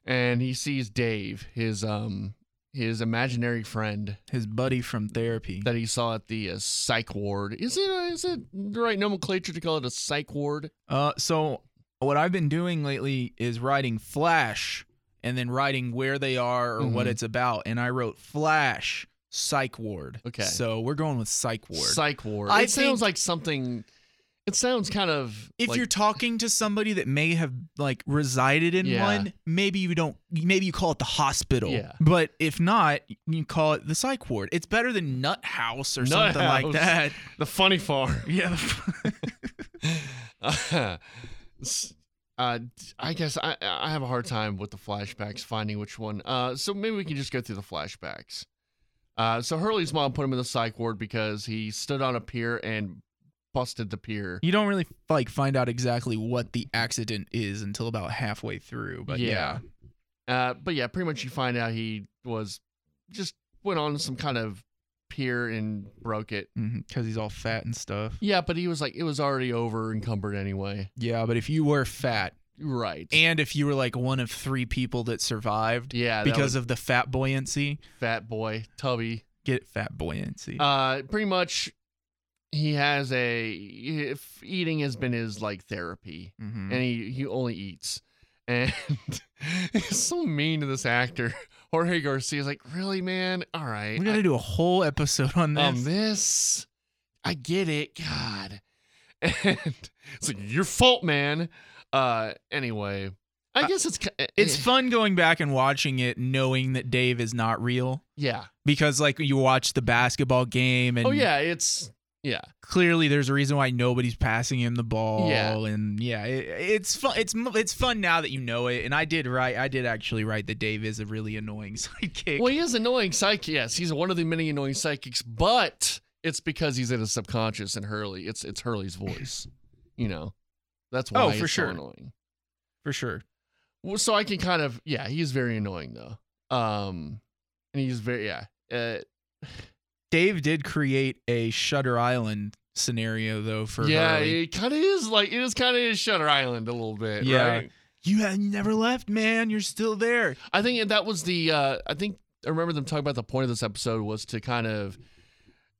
And he sees Dave, his um his imaginary friend
his buddy from therapy.
that he saw at the uh, psych ward. Is it uh, is it the right nomenclature to call it a psych ward?
Uh, so what I've been doing lately is writing Flash and then writing where they are or what
Mhm.
it's about. And I wrote Flash Psych Ward.
Okay.
So we're going with Psych Ward.
Psych ward.
I
it sounds
think-
like something. It sounds kind of
If
like-
you're talking to somebody that may have like resided in
Yeah.
one, maybe you don't. Maybe you call it the hospital.
Yeah.
But if not, you call it the psych ward. It's better than nut house or
Nut
something like
house.
that.
the funny farm.
Yeah.
uh, I guess I I have a hard time with the flashbacks finding which one. Uh, so maybe we can just go through the flashbacks. Uh, so Hurley's mom put him in the psych ward because he stood on a pier and busted the pier.
you don't really like find out exactly what the accident is until about halfway through. But yeah.
Uh, but yeah, pretty much you find out he was just went on some kind of pier and broke it.
Because Mm-hmm. he's all fat and stuff.
Yeah, but he was like it was already over encumbered anyway.
Yeah, but if you were fat
Right.
and if you were like one of three people that survived
yeah,
because of the fat buoyancy,
fat boy Tubby.
get fat buoyancy.
Uh, pretty much, he has a if eating has been his like therapy,
Mhm.
and he he only eats. And he's so mean to this actor Jorge Garcia's like, really, man? All right,
We're gonna do a whole episode on
I,
this.
um, this I get it, God. And it's like your fault, man. Uh, anyway, I
Uh,
guess it's ki-
it's
eh,
fun going back and watching it, knowing that Dave is not real.
yeah.
Because like you watch the basketball game, and
Oh yeah, it's yeah.
clearly there's a reason why nobody's passing him the ball.
Yeah.
and yeah, it, it's fun. It's m- it's fun now that you know it. And I did write, I did actually write that Dave is a really annoying sidekick.
Well, he is annoying psychic. Yes, he's one of the many annoying psychics, but it's because he's in his subconscious and Hurley. It's it's Hurley's voice. You know, that's why
Oh,
it's
for
so
sure.
annoying.
for sure.
Well, so I can kind of yeah, he is very annoying though. Um, and he's very yeah. Uh,
Dave did create a Shutter Island scenario though for
yeah,
Hurley.
it kind of is like it is kind of is Shutter Island a little bit.
Yeah.
right?
you have never left, man. You're still there.
I think that was the. Uh, I think I remember them talking about the point of this episode was to kind of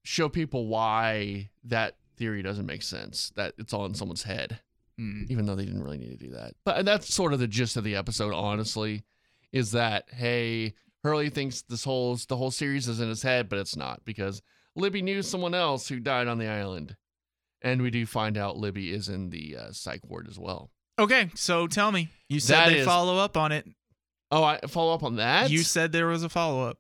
show people why that theory doesn't make sense. That it's all in someone's head.
Mm.
even though they didn't really need to do that. But and that's sort of the gist of the episode, honestly, is that hey, Hurley thinks this whole the whole series is in his head, but it's not because Libby knew someone else who died on the island, and we do find out Libby is in the uh, psych ward as well.
Okay, so tell me. You said
That
they
is-
follow up on it.
Oh, I follow up on that.
You said there was a follow up.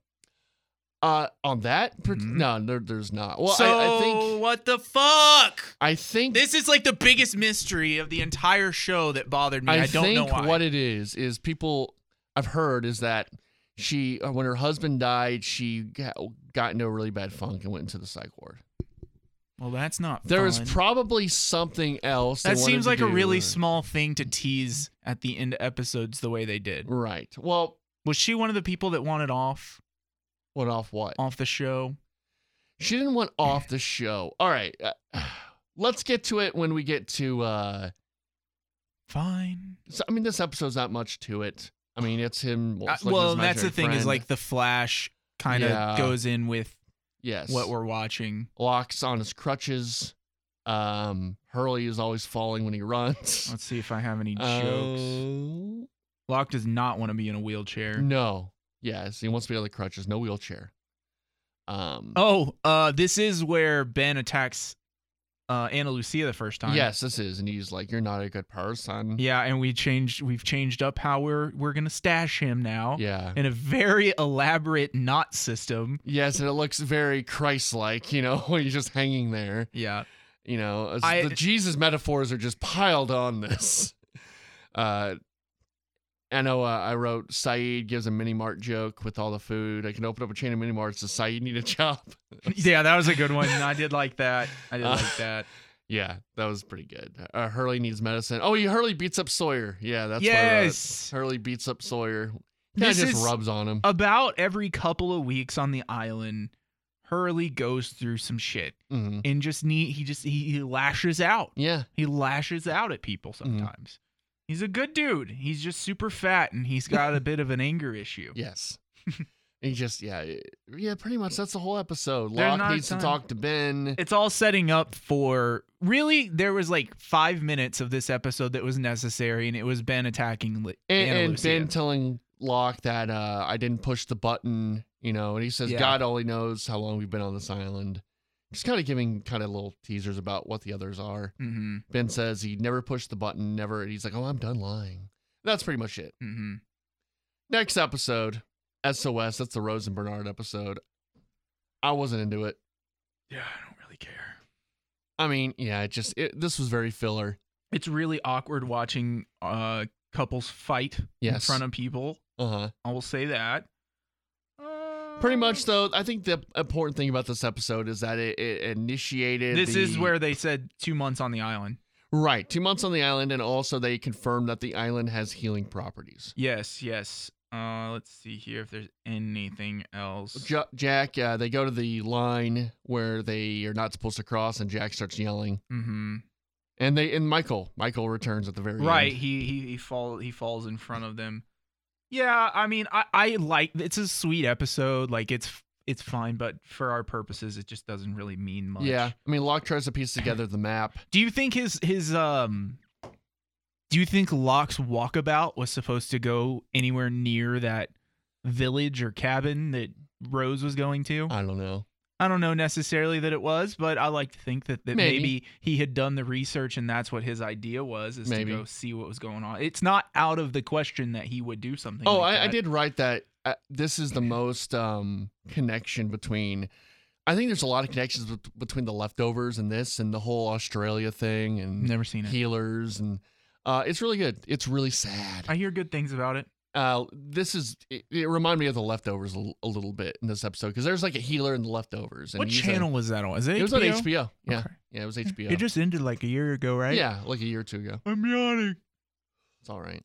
uh, on that? per-
Mhm.
No, there, there's not. Well,
so
I, I think
what the fuck?
I think
This is like the biggest mystery of the entire show that bothered me. I, don't
think
know why.
what it is is people I've heard is that she uh, when her husband died she got, got into a really bad funk and went into the psych ward.
well, that's not.
There is
fun.
probably something else. they
that
wanted
seems
to
like a
do.
really small thing to tease at the end of episodes the way they did.
right. Well,
Was she one of the people that wanted off
what off what?
off the show?
She didn't want off the show. All right, uh, let's get to it when we get to. uh
Fine.
so, I mean, this episode's not much to it. I mean, it's him.
Uh,
it's like his
well, that's the
imaginary
thing is
friend.
like the Flash kind of
Yeah.
goes in with
yes,
what we're watching.
locks on his crutches. Um, Hurley is always falling when he runs.
Let's see if I have any jokes. Oh.
Um,
Locke does not want to be in a wheelchair.
No. Yes, he wants to be on the crutches, no wheelchair. Um.
Oh, uh, this is where Ben attacks uh, Anna Lucia the first time.
Yes, this is, and he's like, "You're not a good person."
Yeah, and we changed. We've changed up how we're we're gonna stash him now
Yeah.
in a very elaborate knot system.
Yes, and it looks very Christ-like, you know, when he's just hanging there.
Yeah.
You know, as
I-
the Jesus metaphors are just piled on this. Uh, I know. Uh, I wrote Saeed gives a mini mart joke with all the food. I can open up a chain of mini marts. Does Saeed need a job?
Yeah, that was a good one. I did like that. I did
Uh,
like that.
Yeah, that was pretty good. Uh, Hurley needs medicine. Oh, he Hurley beats up Sawyer. Yeah, that's what I wrote.
yes.
Hurley beats up Sawyer. That
This
just
is
rubs on him.
about every couple of weeks on the island. Hurley goes through some shit
Mhm.
and just need he just he, he lashes out.
Yeah,
He lashes out at people
Mm-hmm.
sometimes. He's a good dude. He's just super fat and he's got a bit of an anger issue.
yes. he just yeah, it- yeah. Pretty much that's the whole episode.
There's
Locke
not a
needs to
ton.
talk to Ben.
It's all setting up for really there was like 5 minutes of this episode that was necessary and it was Ben attacking Li-
And,
Anna
and
Lucia.
Ben telling Locke that uh, I didn't push the button, you know, and he says
Yeah.
God only knows how long we've been on this island. Just kind of giving kind of little teasers about what the others are.
Mm-hmm.
Ben says he never pushed the button, never. He's like, oh, I'm done lying. That's pretty much it.
Mm-hmm.
Next episode, SOS. That's the Rose and Bernard episode. I wasn't into it.
Yeah, I don't really care.
I mean, yeah, it just it, this was very filler.
It's really awkward watching uh couples fight in
Yes.
front of people.
Uh huh.
I will say that.
Pretty much, though. I think the important thing about this episode is that it, it initiated.
This
the-
is where they said two months on the island.
right two months on the island, and also they confirmed that the island has healing properties.
Yes, yes. Uh, let's see here if there's anything else.
Ja- Jack, uh, they go to the line where they are not supposed to cross, and Jack starts yelling.
mm-hmm.
And they and Michael, Michael returns at the very
Right.
end.
He he he fall he falls in front of them. Yeah, I mean, I I like it's a sweet episode. Like it's it's fine, but for our purposes, it just doesn't really mean much.
Yeah, I mean Locke tries to piece together the map.
Do you think his his um? Do you think Locke's walkabout was supposed to go anywhere near that village or cabin that Rose was going to?
I don't know.
I don't know necessarily that it was, but I like to think that, that maybe.
Maybe.
he had done the research and that's what his idea was is
Maybe.
to go see what was going on. It's not out of the question that he would do something.
Oh,
like
I, I
that.
did write that. Uh, this is the most um, connection between. I think there's a lot of connections bet- between the leftovers and this, and the whole Australia thing, and
Never seen it.
healers, and uh, it's really good. It's really sad.
I hear good things about it.
Uh, this is it, it. Reminded me of the leftovers a, l- a little bit in this episode because there's like a healer in the leftovers. And
what
he's a-
channel was that on? Is it?
it was on HBO. Yeah,
Okay.
yeah, it was HBO.
It just ended like a year ago, right?
Yeah, like a year or two ago.
I'm yawning.
It's all right.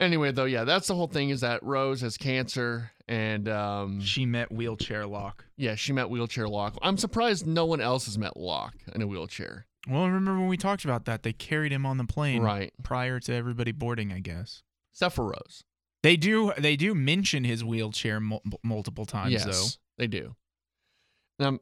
Anyway, though, yeah, that's the whole thing is that Rose has cancer and um
She met wheelchair Locke.
yeah, she met wheelchair Locke. I'm surprised no one else has met Locke in a wheelchair.
Well, I remember when we talked about that, they carried him on the plane
Right.
prior to everybody boarding, I guess.
Except for Rose.
They do they do mention his wheelchair mul- multiple times
yes,
though.
they do. And I'm,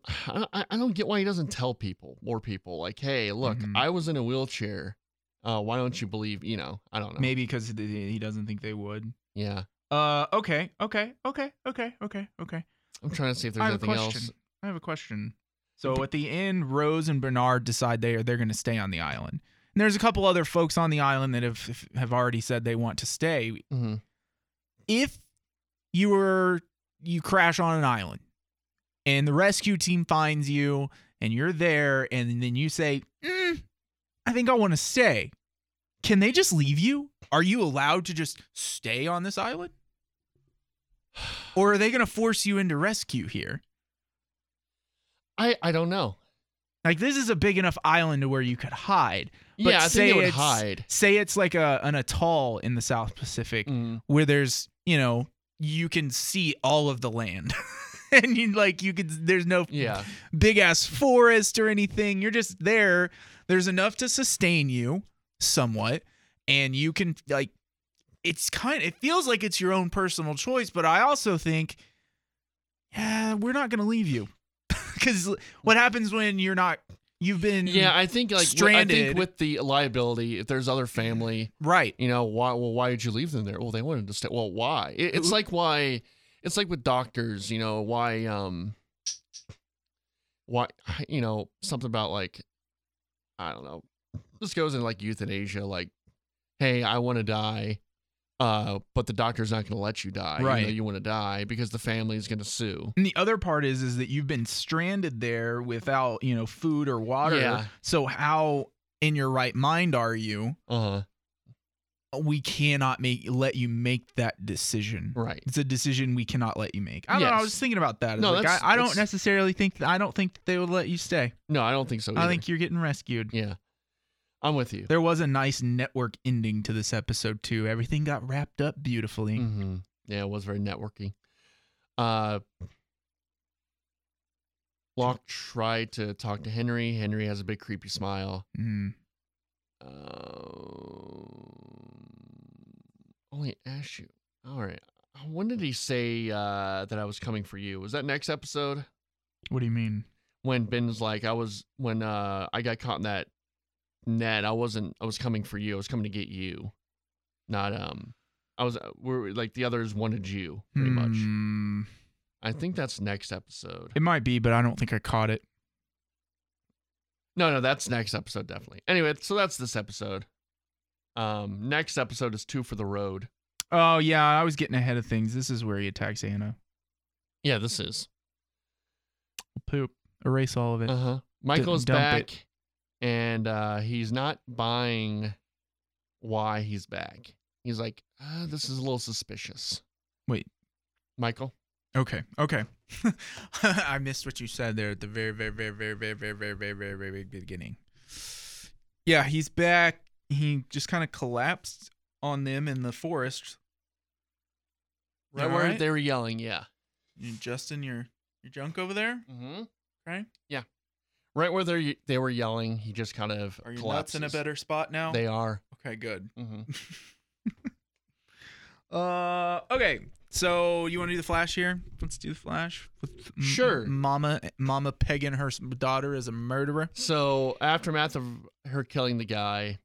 I- I, I don't get why he doesn't tell people, more people, like, hey, look,
Mhm.
I was in a wheelchair. Uh, why don't you believe, you know, I don't know.
Maybe because he doesn't think they would.
Yeah.
Uh, okay, okay, okay, okay, okay, okay.
I'm trying to see if there's
I have a
anything
question.
else.
I have a question. So at the end, Rose and Bernard decide they are they're going to stay on the island. And there's a couple other folks on the island that have have already said they want to stay.
hmm
If you were you crash on an island, and the rescue team finds you, and you're there, and then you say, mm, "I think I want to stay," can they just leave you? Are you allowed to just stay on this island? Or are they going to force you into rescue here?
I, I don't know.
Like this is a big enough island to where you could hide. But
yeah, I
say
think they would
it's-
hide.
Say it's like a an atoll in the South Pacific
Mm.
where there's, you know, you can see all of the land. and you like you could there's no
Yeah.
big ass forest or anything. You're just there. There's enough to sustain you somewhat and you can like it's kind it feels like it's your own personal choice, but I also think yeah, we're not going to leave you. Cuz what happens when you're not you've been
Yeah, I think like w- I
stranded.
think with the liability, if there's other family,
right.
you know, why? Well, why would you leave them there? Well, they wanted to stay. Well, why? It, it's
Who-
like why? It's like with doctors, you know, why? Um, why? You know, something about like, I don't know. This goes in like euthanasia, like, hey, I want to die. Uh, but the doctor's not going to let you die. even
Right.
though you want to die because the family's going to sue.
And the other part is is that you've been stranded there without, you know, food or water.
Yeah.
So how in your right mind are you?
Uh huh.
We cannot make let you make that decision.
Right.
It's a decision we cannot let you make. I don't know. I
Yes.
was thinking about that. It's
No,
like,
that's-
I, I don't
that's-
necessarily think that, I don't think that they would let you stay.
No, I don't think so.
I
either.
think you're getting rescued.
Yeah, I'm with you.
There was a nice network ending to this episode too. Everything got wrapped up beautifully.
hmm Yeah, it was very networky. Uh, Locke tried to talk to Henry. Henry has a big creepy smile.
Mm.
Um, only Ashu. All right. When did he say uh, that I was coming for you? Was that next episode
What do you mean?
when Ben's like I was when uh, I got caught in that net? I wasn't. I was coming for you. I was coming to get you, not um. I was we're like the others wanted you pretty much.
Hmm.
I think that's next episode.
It might be, but I don't think I caught it.
No, no, that's next episode definitely. Anyway, so that's this episode. Um, next episode is two for the road.
Oh yeah, I was getting ahead of things. This is where he attacks Anna.
Yeah, this is.
Poop. Erase all of it.
Uh huh. Michael's
dump
back, and uh, he's not buying why he's back. He's like, uh, this is a little suspicious.
Wait.
Michael.
Okay. Okay. I missed what you said there at the very, very, very, very, very, very, very, very, very, very beginning. Yeah, he's back. He just kind of collapsed on them in the forest.
Right where
Alright.
they were yelling, yeah.
You- Justin, your your junk over there.
Mm-hmm.
Okay.
Yeah. Right where they they were yelling, he just kind of
Are your nuts
collapses.
in a better spot now?
They are.
okay, good.
Mm-hmm.
Uh, okay. So you want to do the flash here? Let's do the flash. With m-
Sure.
Mama, Mama Peg and her s- daughter is a murderer.
So aftermath of her killing the guy,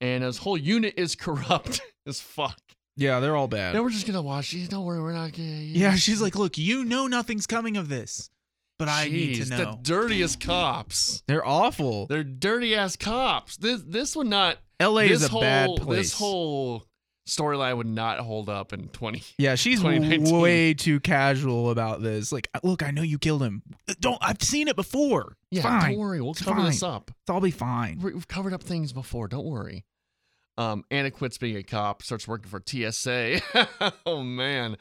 Anna's whole unit is corrupt as fuck.
Yeah, they're all bad.
Now we're just gonna watch. these. Don't worry, we're not gonna.
Yeah, she's like, look, you know nothing's coming of this, but I need
Jeez,
to know.
The dirtiest cops.
They're awful.
They're dirty ass cops. This this would not.
L.A.
this
is a
whole
bad place.
this whole storyline would not hold up in twenty.
yeah, she's
2019.
way too casual about this. Like, uh, look, I know you killed him. Uh, Don't. I've seen it before.
Yeah,
fine.
don't worry. We'll
It's
cover this up.
I'll be fine.
We- We've covered up things before. Don't worry. Um, Anna quits being a cop, starts working for TSA. oh man,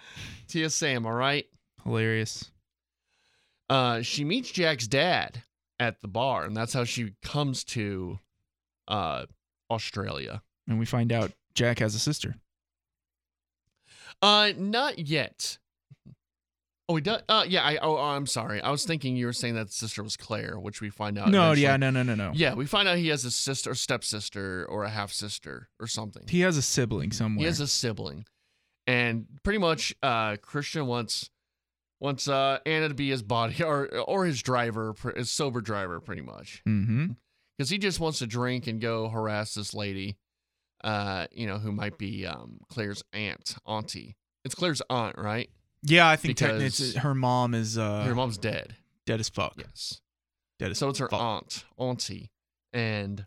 TSA. Am I right?
Hilarious.
Uh, she meets Jack's dad at the bar, and that's how she comes to uh, Australia.
And we find out Jack has a sister.
Uh, not yet. Oh, he does. Uh, yeah. I. Oh, I'm sorry. I was thinking you were saying that sister was Claire, which we find out.
no,
eventually.
yeah, no, no, no, no.
Yeah, we find out he has a sister, stepsister, or a half sister, or something.
He has a sibling somewhere.
He has a sibling, and pretty much uh, Christian wants wants uh, Anna to be his body or or his driver, pr- his sober driver, pretty much,
mm-hmm.
because he just wants to drink and go harass this lady, uh, you know, who might be um, Claire's aunt, auntie. It's Claire's aunt, right?
Yeah, I think
Because-
technically it's- her mom is uh,
Her mom's dead.
dead as fuck.
Yes.
Dead as
So it's her
fuck.
aunt, auntie, and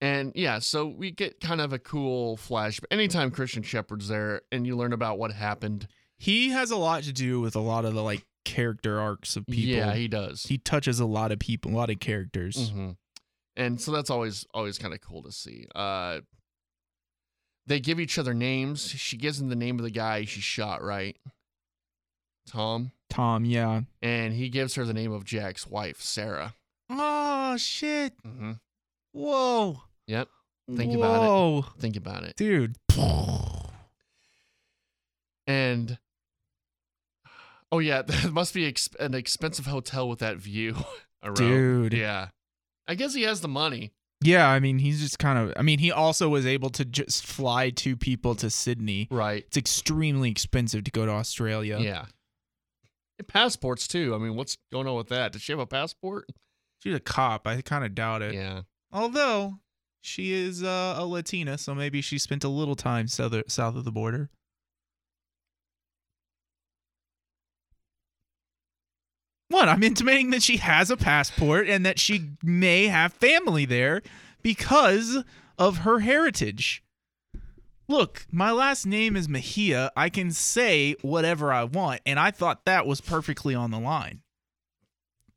and yeah, so we get kind of a cool flash. Anytime Christian Shepherd's there, and you learn about what happened.
He has a lot to do with a lot of the like character arcs of people.
Yeah, he does.
he touches a lot of people, a lot of characters.
Mhm. And so that's always always kind of cool to see. Uh, they give each other names. She gives him the name of the guy she shot, right? Tom,
Tom, yeah.
and he gives her the name of Jack's wife, Sarah.
Oh shit!
Mm-hmm.
Whoa.
Yep. Think about it.
Whoa,
Think about it.
dude.
And oh yeah, that must be ex- an expensive hotel with that view. around.
Dude.
Yeah. I guess he has the money.
Yeah, I mean, he's just kind of. I mean, he also was able to just fly two people to Sydney.
Right.
It's extremely expensive to go to Australia.
Yeah. And passports too. I mean, what's going on with that? Does she have a passport?
She's a cop. I kind of doubt it.
Yeah.
Although she is uh, a Latina, so maybe she spent a little time south south of the border. What? I'm intimating that she has a passport and that she may have family there because of her heritage. Look, my last name is Mejia. I can say whatever I want, and I thought that was perfectly on the line.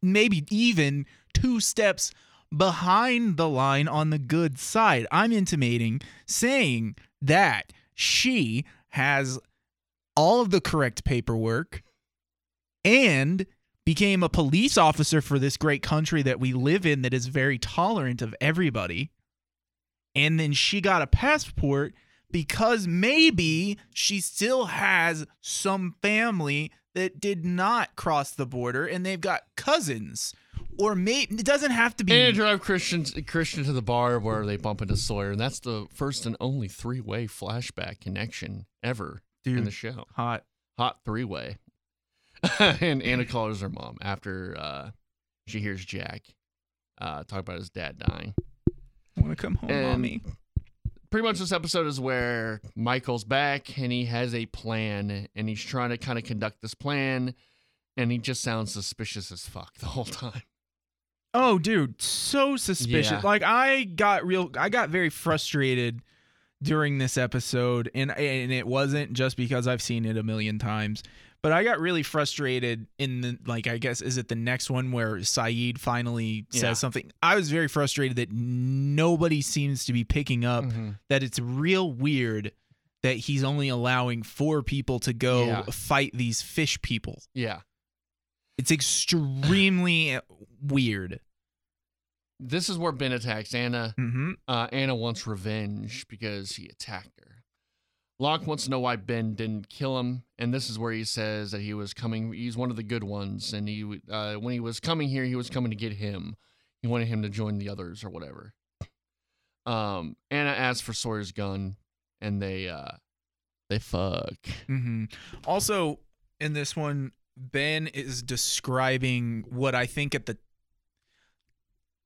Maybe even two steps behind the line on the good side. I'm intimating, saying that she has all of the correct paperwork and became a police officer for this great country that we live in that is very tolerant of everybody. And then she got a passport because maybe she still has some family that did not cross the border and they've got cousins. Or maybe it doesn't have to be
And they drive Christian Christian to the bar where they bump into Sawyer, and that's the first and only three way flashback connection ever in the show.
hot.
Hot three way. and Anna calls her mom after uh, she hears Jack uh, talk about his dad dying.
Want to come home,
And-
mommy?
pretty much this episode is where Michael's back and he has a plan and he's trying to kind of conduct this plan and he just sounds suspicious as fuck the whole time.
Oh, dude, so suspicious.
Yeah.
Like I got real I got very frustrated during this episode and and it wasn't just because I've seen it a million times, but I got really frustrated in the like I guess is it the next one where Saeed finally
Yeah.
says something. I was very frustrated that nobody seems to be picking up
Mhm.
that it's real weird that he's only allowing four people to go
Yeah.
fight these fish people.
Yeah.
It's extremely weird.
This is where Ben attacks Anna.
Mhm.
Uh, Anna wants revenge because he attacked her. Locke wants to know why Ben didn't kill him, and this is where he says that he was coming. He's one of the good ones, and he uh, when he was coming here, he was coming to get him. He wanted him to join the others or whatever. Um, Anna asks for Sawyer's gun, and they uh, they fuck.
hmm Also, in this one, Ben is describing what I think at the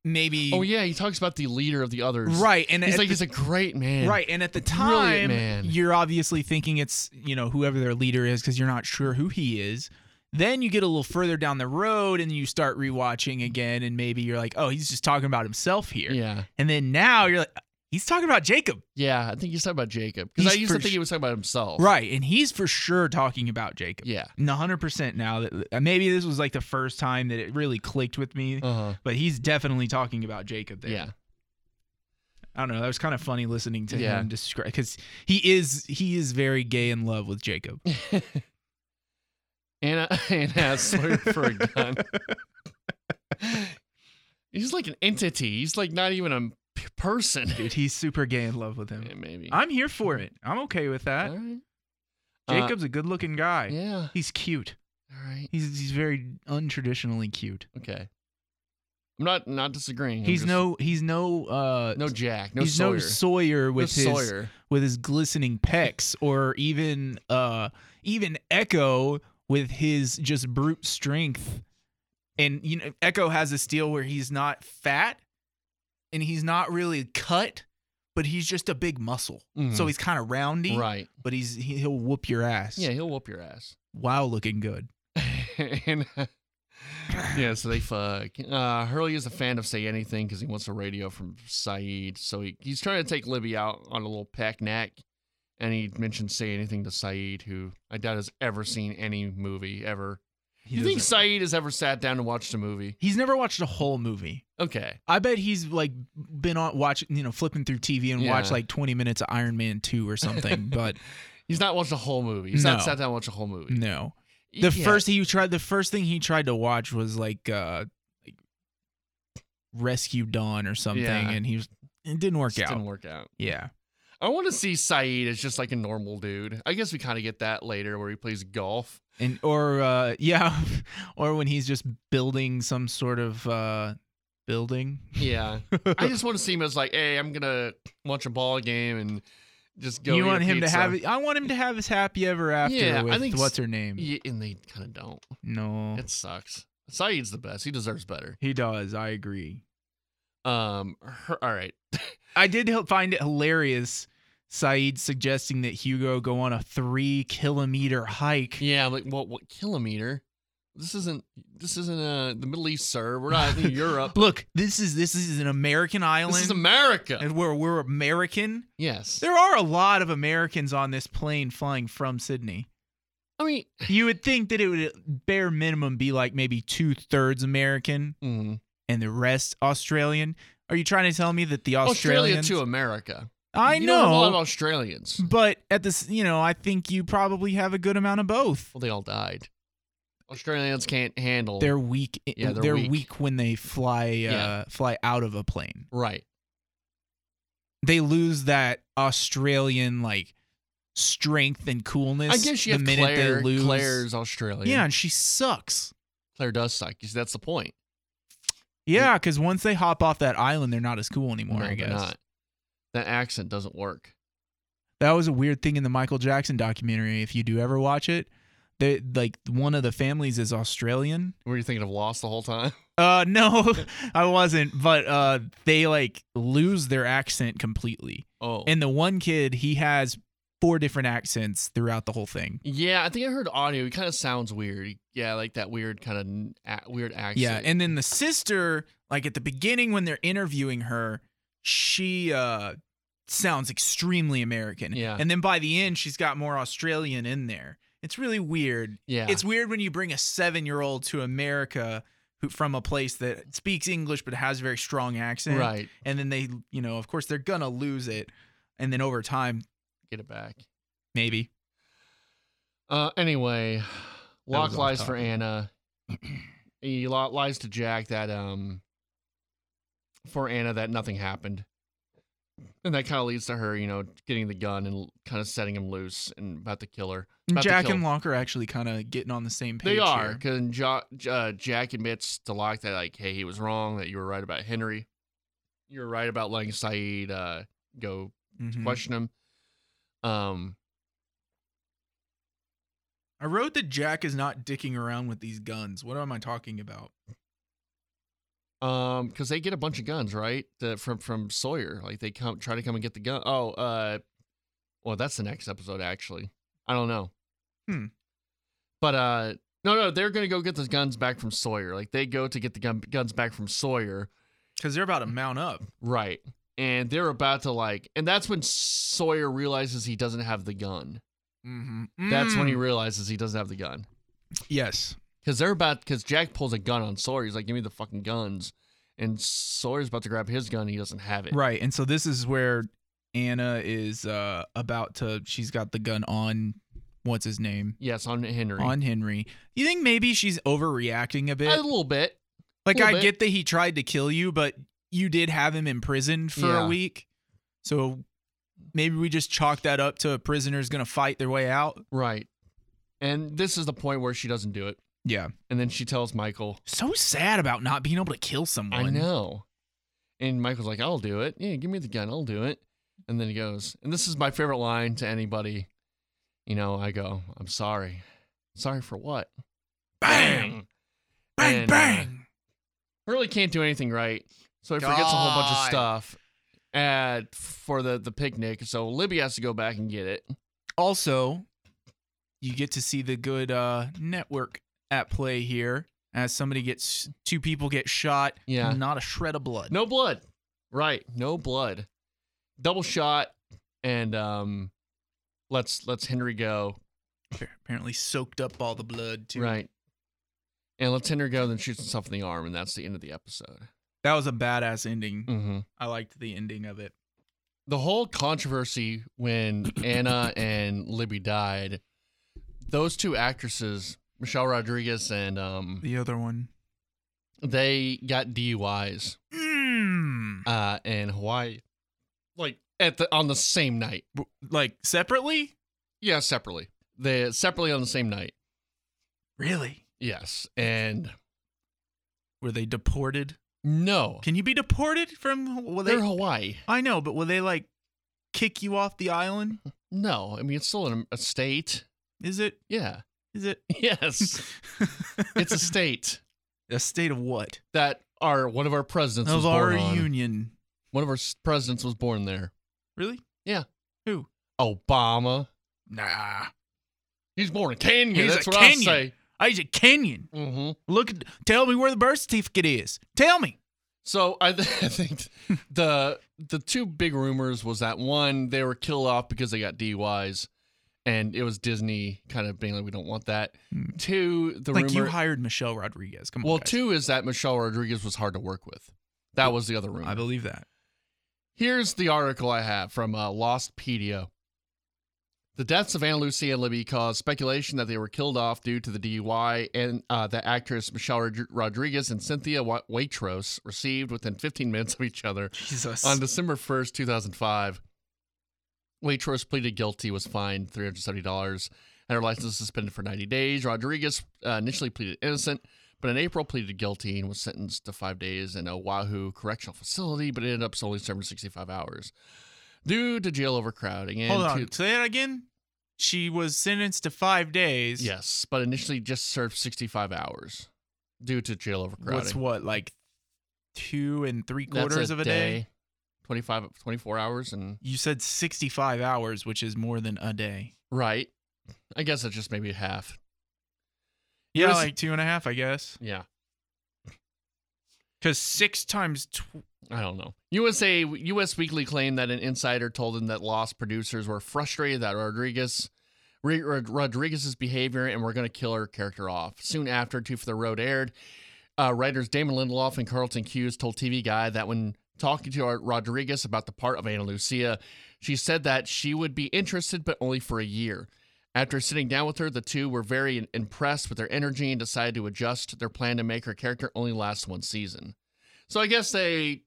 maybe
Oh yeah, he talks about the leader of the others.
right, and
He's
at
like
the,
he's a great man.
right, and at the
Brilliant
time,
man.
you're obviously thinking it's you know whoever their leader is because you're not sure who he is. Then you get a little further down the road and you start rewatching again, and maybe you're like, oh, he's just talking about himself here.
Yeah.
And then now you're like, he's talking about Jacob,
Yeah. I think he's talking about Jacob because I
He's
used to
for
think
sh-
he was talking about himself.
right? And he's for sure talking about Jacob.
Yeah.
hundred percent now that uh, maybe this was like the first time that it really clicked with me,
Uh huh.
but he's definitely talking about Jacob there.
Yeah.
I don't know. That was kind of funny listening to
Yeah.
him describe because he is he is very gay in love with Jacob.
Anna, Anna asks Sawyer for a gun. He's like an entity. He's like not even a p- person.
Dude, he's super gay in love with
Yeah,
him.
maybe.
I'm here for it. I'm okay with that.
All right. Uh,
Jacob's a good looking guy.
yeah.
He's cute.
All right.
He's he's very untraditionally cute.
Okay. I'm not not disagreeing. I'm
He's
just-
no he's no uh
no Jack. No
he's
Sawyer.
no Sawyer
No
with his
Sawyer.
with his glistening pecs or even uh even Echo with his just brute strength. And you know Echo has this deal where he's not fat and he's not really cut, but he's just a big muscle. So he's kind of roundy,
Hmm. right.
but he's he, he'll whoop your ass.
Yeah, he'll whoop your ass.
Wow, looking good.
and uh, yeah, so they fuck. Uh, Hurley is a fan of Say Anything because he wants a radio from Saeed. So he, he's trying to take Libby out on a little peck knack. And he mentions Say Anything to Saeed, who I doubt has ever seen any movie ever.
He
you think
doesn't-
Saeed has ever sat down and watched a movie?
He's never watched a whole movie.
Okay.
I bet he's like been on watching, you know, flipping through TV and watched
Yeah.
like 20 minutes of Iron Man 2 or something, but
He's not watched a whole movie. He's not
No.
sat down and watched a whole movie.
no.
Y-
The
yeah.
first he tried the first thing he tried to watch was like uh like Rescue Dawn or something
Yeah.
and he was it didn't work
just
out.
didn't work out.
Yeah.
I want to see Saeed as just like a normal dude. I guess we kind of get that later where he plays golf.
And or uh yeah or when he's just building some sort of uh building.
Yeah. I just want to see him as like, hey, I'm gonna watch a ball game and just go.
you
eat
want
a
him
pizza."
to have I want him to have his happy ever after
Yeah, I
with
think s-
what's her name?
Yeah, and they kind of don't.
Oh. No.
It sucks. Saeed's the best. He deserves better.
He does, I agree.
Um, her- all right.
I did h- find it hilarious Saeed suggesting that Hugo go on a 3 kilometer hike.
Yeah, I'm like, what? What kilometer? This isn't. This isn't uh the Middle East, sir. We're not in Europe.
Look, this is this is an American island,
This is America.
and we're we're American.
Yes.
There are a lot of Americans on this plane flying from Sydney.
I mean,
You would think that it would at bare minimum be like maybe two thirds American
mm.
and the rest Australian. Are you trying to tell me that the Australians?
Australia to America.
I
You don't have a lot of
know,
Australians.
but at this, you know, I think you probably have a good amount of both.
Well, they all died. Australians can't handle.
They're weak.
Yeah, they're
they're
weak.
weak. when they fly
Yeah.
uh, fly out of a plane.
right.
they lose that Australian like strength and coolness.
I guess you
the
have
minute
Claire.
they lose.
Claire's Australian.
yeah, and she sucks.
Claire does suck. You see, that's the point.
Yeah, because once they hop off that island, they're not as cool anymore.
No,
I
they're
guess
not. That accent doesn't work.
that was a weird thing in the Michael Jackson documentary. If you do ever watch it, they like one of the families is Australian.
Were you thinking of Lost the whole time?
Uh, no, I wasn't. But uh, they like lose their accent completely.
Oh,
And the one kid, he has four different accents throughout the whole thing.
Yeah, I think I heard audio. He kind of sounds weird. Yeah, like that weird kind of a- weird accent.
Yeah, and then the sister, like at the beginning when they're interviewing her, she uh sounds extremely American.
Yeah.
And then by the end, she's got more Australian in there. It's really weird.
yeah,
It's weird when you bring a seven-year-old to America who from a place that speaks English but has a very strong accent,
right.
And then they, you know, of course, they're gonna lose it, and then over time,
Get it back.
maybe.
Uh, anyway,
That was
Locke
off
lies for
topic.
Anna. he lo- lies to Jack that um for Anna that nothing happened, and that kind of leads to her, you know, getting the gun and kind of setting him loose and about to kill her. About to
Jack
kill.
and Locke are actually kind of getting on the same page.
They are
here.
because uh, Jack admits to Locke that like, hey, he was wrong. That you were right about Henry. You were right about letting Saeed uh, go
Mhm.
question him. Um,
I wrote that Jack is not dicking around with these guns. What am I talking about?
um, because they get a bunch of guns, right? The, from from Sawyer, like they come try to come and get the gun. Oh, uh, well, that's the next episode, actually. I don't know.
Hmm.
But uh, no, no, they're gonna go get the guns back from Sawyer. Like they go to get the gun guns back from Sawyer,
Because they're about
Mm.
to mount up.
right? And they're about to like, and that's when Sawyer realizes he doesn't have the gun.
Mm-hmm.
That's when he realizes he doesn't have the gun.
Mm. Yes.
Because they're about because Jack pulls a gun on Sawyer. He's like, "Give me the fucking guns," and Sawyer's about to grab his gun. He doesn't have it.
Right. And so this is where Anna is uh, about to. She's got the gun on. What's his name?
Yes, on Henry.
On Henry. You think maybe she's overreacting a bit?
a little bit.
like,
little
I
bit.
get that he tried to kill you, but you did have him imprisoned for
Yeah.
a week. So maybe we just chalk that up to a prisoner's going to fight their way out.
Right. And this is the point where she doesn't do it,
Yeah.
and then she tells Michael,
So sad about not being able to kill someone.
"I know," and Michael's like, "I'll do it. Yeah, give me the gun. I'll do it." And then he goes, and this is my favorite line to anybody. You know, I go, "I'm sorry, sorry for what?" And, uh, really can't do anything right. So he forgets a whole bunch of
God.
stuff at for the the picnic. So Libby has to go back and get it.
also, you get to see the good uh, network at play here as somebody gets two people get shot.
Yeah.
Not a shred of blood.
No blood. Right. No blood. Double shot and um let's let's Henry go.
Apparently soaked up all the blood too.
Right. And lets Henry go, then shoots himself in the arm, and that's the end of the episode.
That was a badass ending.
Mm-hmm.
I liked the ending of it.
the whole controversy when Anna and Libby died, those two actresses, Michelle Rodriguez and um,
The other one.
they got DUIs
Mm.
uh, in Hawaii, like at the on the same night.
Like separately?
Yeah, separately. They separately on the same night.
Really?
Yes, and
Were they deported?
no,
Can you be deported from? Well,
they're Hawaii.
I know, but will they like kick you off the island?
No, I mean it's still an, a state.
Is it?
Yeah.
Is it?
Yes, it's a state
a state of what?
that our one of our presidents was
Of our
born on.
union.
One of our s- presidents was born there.
Really?
Obama.
Nah.
He's born in Kenya.
He's
That's
a
what
Kenyan.
I say.
He's a Kenyan.
hmm
Look, at- tell me where the birth certificate is. Tell me.
So I, th- I think the the two big rumors was that one they were killed off because they got DUIs, and it was Disney kind of being like we don't want that.
Hmm.
Two, the
like
rumor.
you hired Michelle Rodriguez. Come on.
well,
guys.
two is that Michelle Rodriguez was hard to work with. That was the other rumor.
I believe that.
Here's the article I have from uh, Lostpedia. The deaths of Anna Lucia and Libby caused speculation that they were killed off due to the DUI and uh, the actress Michelle Rod- Rodriguez and Cynthia Wa- Waitrose received within 15 minutes of each other
Jesus.
on December 1st, 2005. Waitrose pleaded guilty, was fined $370, and her license suspended for 90 days. Rodriguez uh, initially pleaded innocent, but in April pleaded guilty and was sentenced to five days in Oahu Correctional Facility, but ended up solely serving 65 hours due to jail overcrowding. And
Hold on.
to-
Say that again. She was sentenced to five days.
yes, but initially just served 65 hours due to jail overcrowding.
What's what? Like two and three
That's
quarters of a day?
25, 24 hours, and
You said 65 hours, which is more than a day.
right. I guess it's just maybe half.
Yeah,
What is-
like two and a half, I guess.
Yeah,
Because six times. Tw-
I don't know. USA U.S. Weekly claimed that an insider told them that Lost producers were frustrated that Rodriguez. Re- Rod- Rodriguez's behavior, and we're going to kill her character off. Soon after Two for the Road aired, uh, writers Damon Lindelof and Carlton Hughes told TV Guide that when talking to Rodriguez about the part of Anna Lucia, she said that she would be interested, but only for a year. After sitting down with her, the two were very impressed with their energy and decided to adjust their plan to make her character only last one season. So I guess they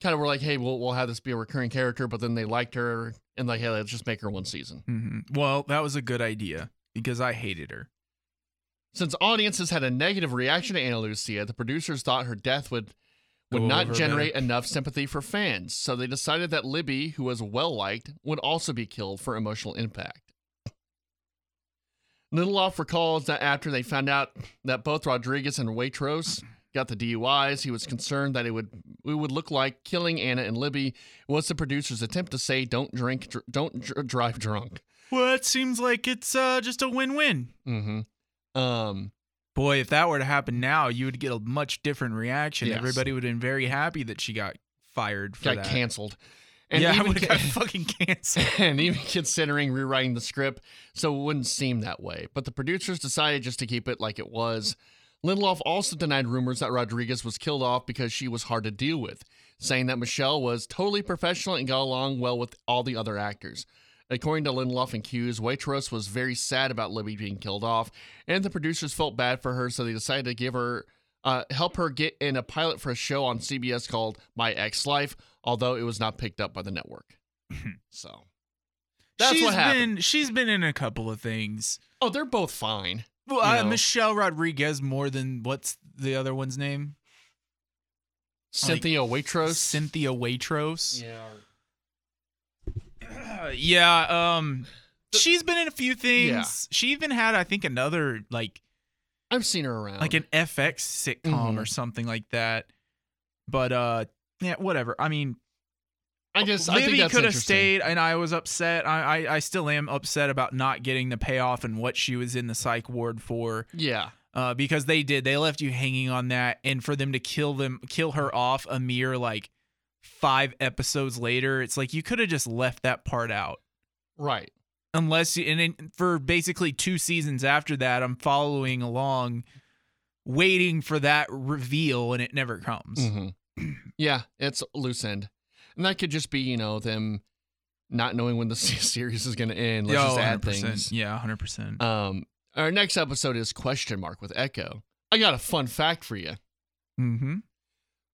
kind of were like, "Hey, we'll we'll have this be a recurring character," but then they liked her and like, "Hey, let's just make her one season."
Mhm. Well, that was a good idea because I hated her.
Since audiences had a negative reaction to Anna Lucia, the producers thought her death would would
Go
not
over
generate enough sympathy for fans, so they decided that Libby, who was well liked, would also be killed for emotional impact. Lindelof recalls that after they found out that both Rodriguez and Waitrose got the DUIs, he was concerned that it would it would look like killing Anna and Libby was the producers' attempt to say "Don't drink, dr- don't dr- drive drunk."
Well, it seems like it's uh, just a win win.
Mm-hmm. Um,
Boy, if that were to happen now, you would get a much different reaction.
Yes.
Everybody would have been very happy that she got fired for
got
that.
canceled.
yeah, I
even
would
ca-
have got fucking canceled.
and even considering rewriting the script, so it wouldn't seem that way. But the producers decided just to keep it like it was. Lindelof also denied rumors that Rodriguez was killed off because she was hard to deal with, saying that Michelle was totally professional and got along well with all the other actors. According to Lindelof and Hughes, Waitrose was very sad about Libby being killed off, and the producers felt bad for her, so they decided to give her, uh, help her get in a pilot for a show on CBS called My Ex Life, although it was not picked up by the network. so. That's
She's
what happened.
Been, she's been in a couple of things.
Oh, they're both fine.
Well,
You
uh,
know.
Michelle Rodriguez more than what's the other one's name?
Cynthia Waitrose.
Cynthia Waitrose.
yeah.
Yeah. um, she's been in a few things. She even had, I think, another like
I've seen her around.
like an FX sitcom or something like that. But uh, yeah, whatever. I mean,
I just I think
Libby
that's
could have
interesting.
stayed, and I was upset. I, I I still am upset about not getting the payoff and what she was in the psych ward for.
Yeah.
uh, because they did. They left you hanging on that, and for them to kill them, kill her off a mere like five episodes later, it's like you could have just left that part out.
Right.
Unless you, and then for basically two seasons after that, I'm following along, waiting for that reveal, and it never comes.
Mm-hmm. yeah, it's a loose end, and that could just be you know them not knowing when the se- series is going to end. Let's just
Oh,
add
100%.
things.
Yeah, hundred percent.
Um, our next episode is question mark with Echo. I got a fun fact for you.
Mm-hmm.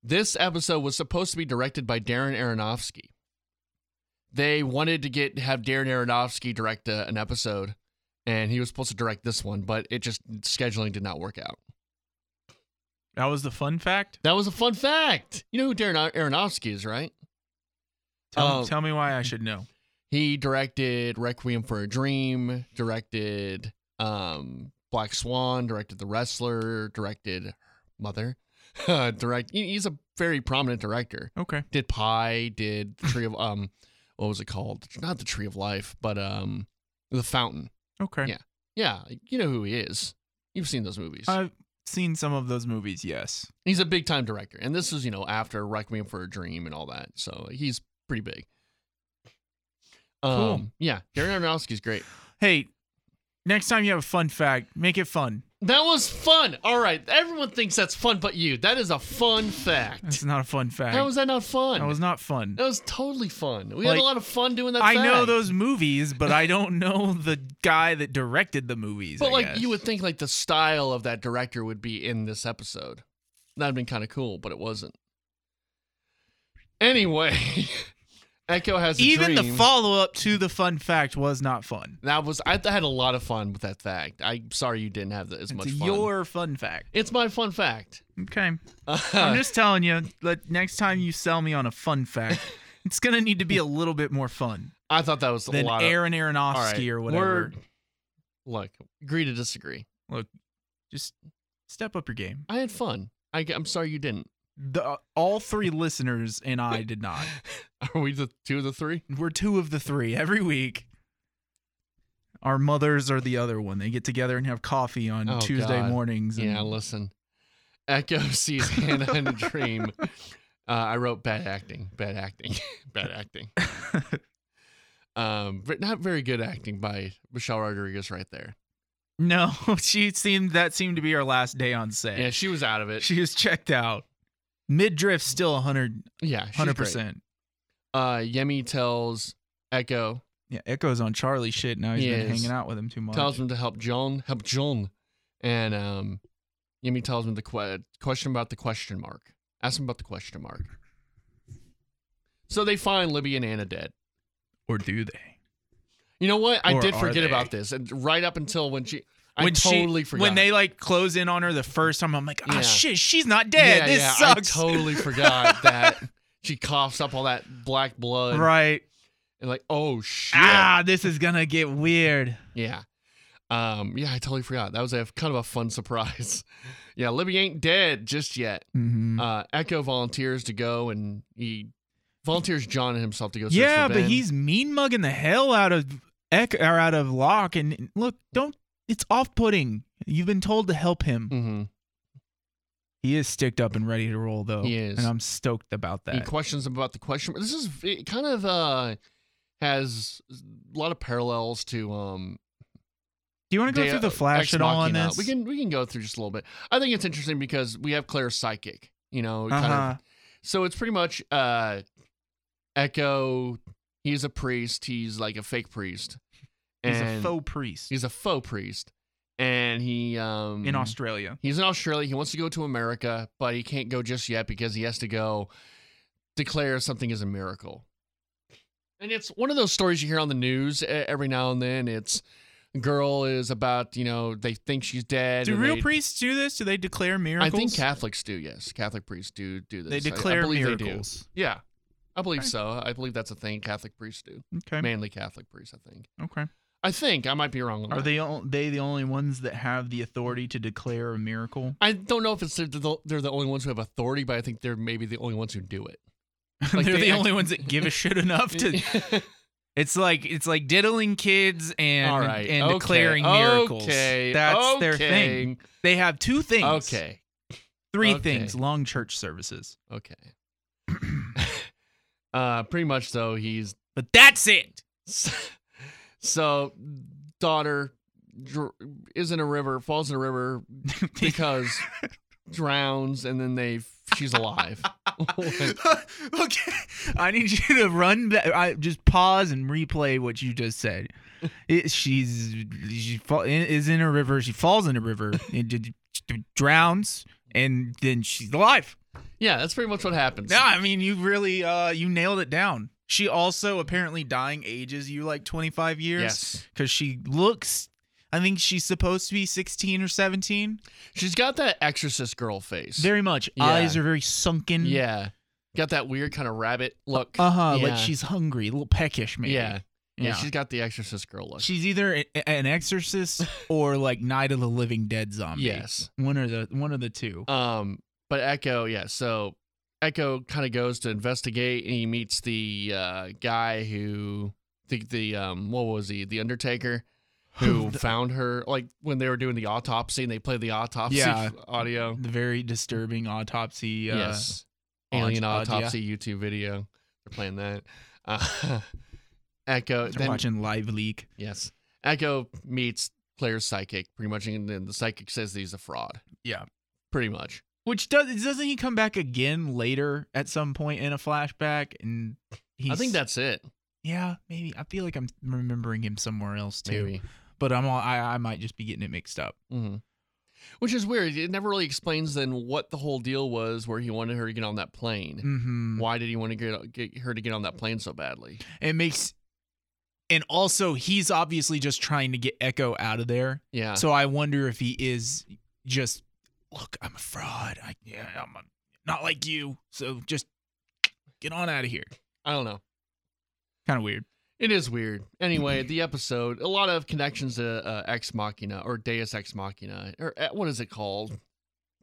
This episode was supposed to be directed by Darren Aronofsky. They wanted to get have Darren Aronofsky direct uh, an episode, and he was supposed to direct this one, but it just scheduling did not work out.
That was the fun fact.
That was a fun fact. You know who Darren Aronofsky is, right?
Tell,
Um,
tell me why I should know.
He directed Requiem for a Dream, directed um, Black Swan, directed The Wrestler, directed Mother. direct. he- He's a very prominent director.
Okay.
did pie did the tree of um what was it called not the tree of life but um the fountain
Okay.
Yeah. yeah you know who he is you've seen those movies
I've seen some of those movies. Yes.
he's a big time director and this is you know after requiem for a dream and all that so he's pretty big um
Cool.
yeah darren aronofsky's great
Hey, next time you have a fun fact, make it fun.
that was fun all right everyone thinks that's fun but you that is a fun fact
That's not a fun fact.
how was that not fun
That was not fun.
that was totally fun we had
Like,
a lot of fun doing that
I know
fact.
those movies, but I don't know the guy that directed the movies.
But
I
like
guess.
you would think like the style of that director would be in this episode. That'd been kind of cool, but it wasn't. Anyway, Echo has a
even the
dream.
follow up to the fun fact was not fun.
That was I had a lot of fun with that fact. I'm sorry you didn't have the, as
It's
much fun.
your fun fact.
it's my fun fact.
Okay, I'm just telling you. Like next time you sell me on a fun fact, it's gonna need to be a little bit more fun
I thought that was a
than
lot of
Aaron Aronofsky
all right,
or whatever.
We're, look, agree to disagree.
Look, just step up your game.
I had fun. I, I'm sorry you didn't.
the uh, all three listeners and I did not.
Are we the two of the three?
We're two of the three every week. Our mothers are the other one. They get together and have coffee on
Oh,
Tuesday
God.
mornings. and-
Yeah, listen. Echo sees Hannah in a dream. Uh, I wrote bad acting, bad acting, bad acting. Um, but not very good acting by Michelle Rodriguez right there.
No, she seemed that seemed to be her last day on set.
Yeah, she was out of it.
she was checked out. Mid drift still 100
yeah, she's great.
percent.
Uh, Yemi tells Echo
Yeah, Echo's on Charlie shit now. He's been
Yes.
hanging out with him too much.
tells him to help John, help John, and um, Yemi tells him the que- question about the question mark. Ask him about the question mark. So they find Libby and Anna dead.
or do they?
You know what? I
Or
did
are
forget
they?
about this, and right up until when she, I
When she-
totally forgot.
When they like close in on her the first time, I'm like, ah,
Yeah.
shit, she's not dead.
yeah,
this
yeah,
sucks.
I totally forgot that she coughs up all that black blood,
right.
and like, oh shit,
Ah, this is gonna get weird.
yeah, um, yeah, I totally forgot. That was a kind of a fun surprise. yeah, Libby ain't dead just yet.
Mhm.
Uh, Echo volunteers to go, and he volunteers John and himself to go. search
yeah,
for
but
Ben.
he's mean mugging the hell out of Echo or out of Locke. And look, don't. It's off putting. You've been told to help him.
Mhm.
He is sticked up and ready to roll though.
He is.
and I'm stoked about
He
that.
questions him about the question. This is it kind of uh has a lot of parallels to um
Do you want to go
Dea-
through the Flash
Ex
at all on
Machina.
this?
We can we can go through just a little bit. I think it's interesting because we have Claire's psychic, you know, kind of-
Uh-huh.
so it's pretty much uh Echo he's a priest, he's like a fake priest.
He's a
and
faux priest
he's a faux priest. And he um
in Australia.
He's in Australia. He wants to go to America, but he can't go just yet because he has to go declare something as a miracle. And it's one of those stories you hear on the news e- every now and then. It's girl is about, you know, they think she's dead.
Do
and
real
they-
priests do this? Do they declare miracles?
I think Catholics do, yes. Catholic priests do do this.
they
I- I
declare
believe they do.
miracles.
Yeah. I believe
Okay.
so. I believe that's a thing Catholic priests do.
Okay.
Mainly Catholic priests, I think.
Okay.
I think. I might be wrong on
Are
that.
they all, they the only ones that have the authority to declare a miracle?
I don't know if it's they're the, they're the only ones who have authority, but I think they're maybe the only ones who do it. Like,
They're
they
the
act-
only ones that give a shit enough to. It's like it's like diddling kids and
All right.
and
okay.
declaring miracles.
Okay.
That's
okay.
their thing. They have two things.
Okay.
Three
okay.
things. Long church services.
Okay. uh, pretty much though, he's
But that's it.
so daughter dr- is in a river, falls in a river because drowns, and then they she's alive.
okay, I need you to run back. I just pause and replay what you just said. It, she's she fall, is in a river. She falls in a river and d- d- drowns, and then she's alive.
yeah, that's pretty much what happens.
No, I mean you really uh you nailed it down. She also apparently dying ages you like twenty five years
Yes.
because she looks. I think she's supposed to be sixteen or seventeen.
She's got that exorcist girl face.
Very much.
Yeah.
Eyes are very sunken.
yeah. Got that weird kind of rabbit look.
Uh huh.
Yeah.
Like she's hungry, a little peckish, maybe.
yeah. yeah.
Yeah.
she's got the exorcist girl look.
She's either a- an exorcist or like Night of the Living Dead zombie.
yes.
One or the one of the two.
Um, but Echo, yeah. So Echo kind of goes to investigate, and he meets the uh, guy who the the um what was he the Undertaker who found her like when they were doing the autopsy and they played the autopsy
Yeah.
audio.
The very disturbing autopsy. Uh,
Yes,
aud-
alien
audio.
autopsy YouTube video. They're playing that. Uh, Echo.
They're
Then,
watching live leak.
Yes, Echo meets Claire's psychic pretty much, and then the psychic says that he's a fraud.
Yeah.
pretty much.
Which does doesn't he come back again later at some point in a flashback? And he's,
I think that's it.
yeah, maybe I feel like I'm remembering him somewhere else too.
Maybe.
But I'm all I, I might just be getting it mixed up.
hmm Which is weird. It never really explains then what the whole deal was where he wanted her to get on that plane.
Mm-hmm.
Why did he want to get, uh, get her to get on that plane so badly?
It makes and also he's obviously just trying to get Echo out of there.
Yeah.
So I wonder if he is just look, I'm a fraud. I yeah, I'm a, not like you. So just get on out of here.
I don't know.
Kind of weird.
It is weird. Anyway, the episode, a lot of connections to uh, Ex Machina or Deus Ex Machina, or uh, what is it called?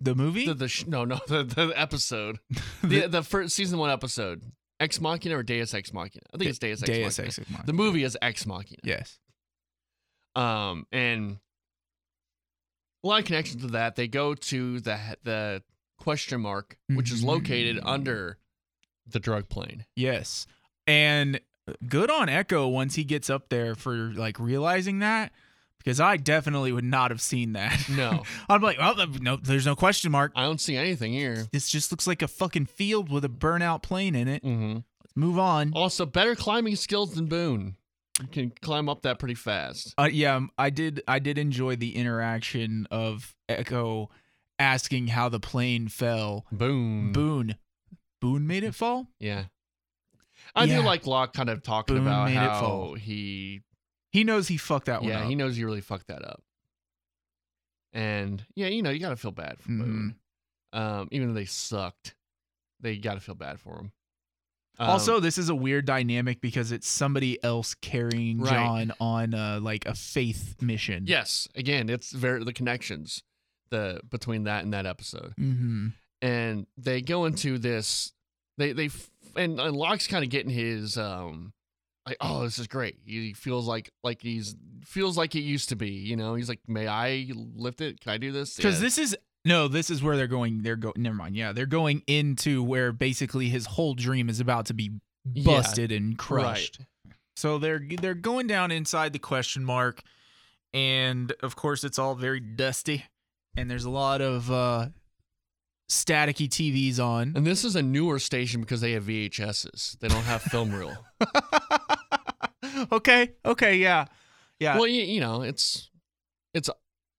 The movie?
The, the sh- no no the, the episode the the first season one episode Ex Machina or Deus Ex Machina I think it's Deus Ex
Deus
Machina.
Ex Machina.
The movie is Ex Machina.
Yes.
Um, and a lot of connections to that. They go to the the question mark, which is located
Mhm.
under the drug plane.
Yes. And good on Echo once he gets up there for like realizing that because I definitely would not have seen that.
No,
I'm like, well, no, there's no question mark.
I don't see anything here.
This just looks like a fucking field with a burnout plane in it.
hmm
Let's move on.
Also, better climbing skills than Boone. You can climb up that pretty fast.
Uh, yeah, um, I did. I did enjoy the interaction of Echo asking how the plane fell.
Boone.
Boone, Boone made it fall.
Yeah. I
Yeah.
do like Locke kind of talking
Boone
about
made it
how
fall.
he
He knows he fucked that one
yeah,
up.
he knows you really fucked that up. And yeah, you know, you gotta feel bad for Boone.
Mm-hmm.
Um, even though they sucked, they gotta feel bad for him. Um,
also, this is a weird dynamic because it's somebody else carrying
Right.
John on uh, like a faith mission.
yes, again, it's very the connections the between that and that episode.
Mm-hmm.
And they go into this they they f- and, and Locke's kind of getting his um like oh this is great. He feels like like he's feels like it used to be, you know. He's like may I lift it? Can I do this?
Because
Yeah.
this is no, this is where they're going. They're go. Never mind. Yeah, they're going into where basically his whole dream is about to be
Yeah,
busted and
right.
crushed. So they're they're going down inside the question mark, and of course it's all very dusty, and there's a lot of uh, staticky TVs on.
And this is a newer station because they have VHSs. They don't have film reel.
okay, okay, yeah, yeah,
well, you, you know, it's it's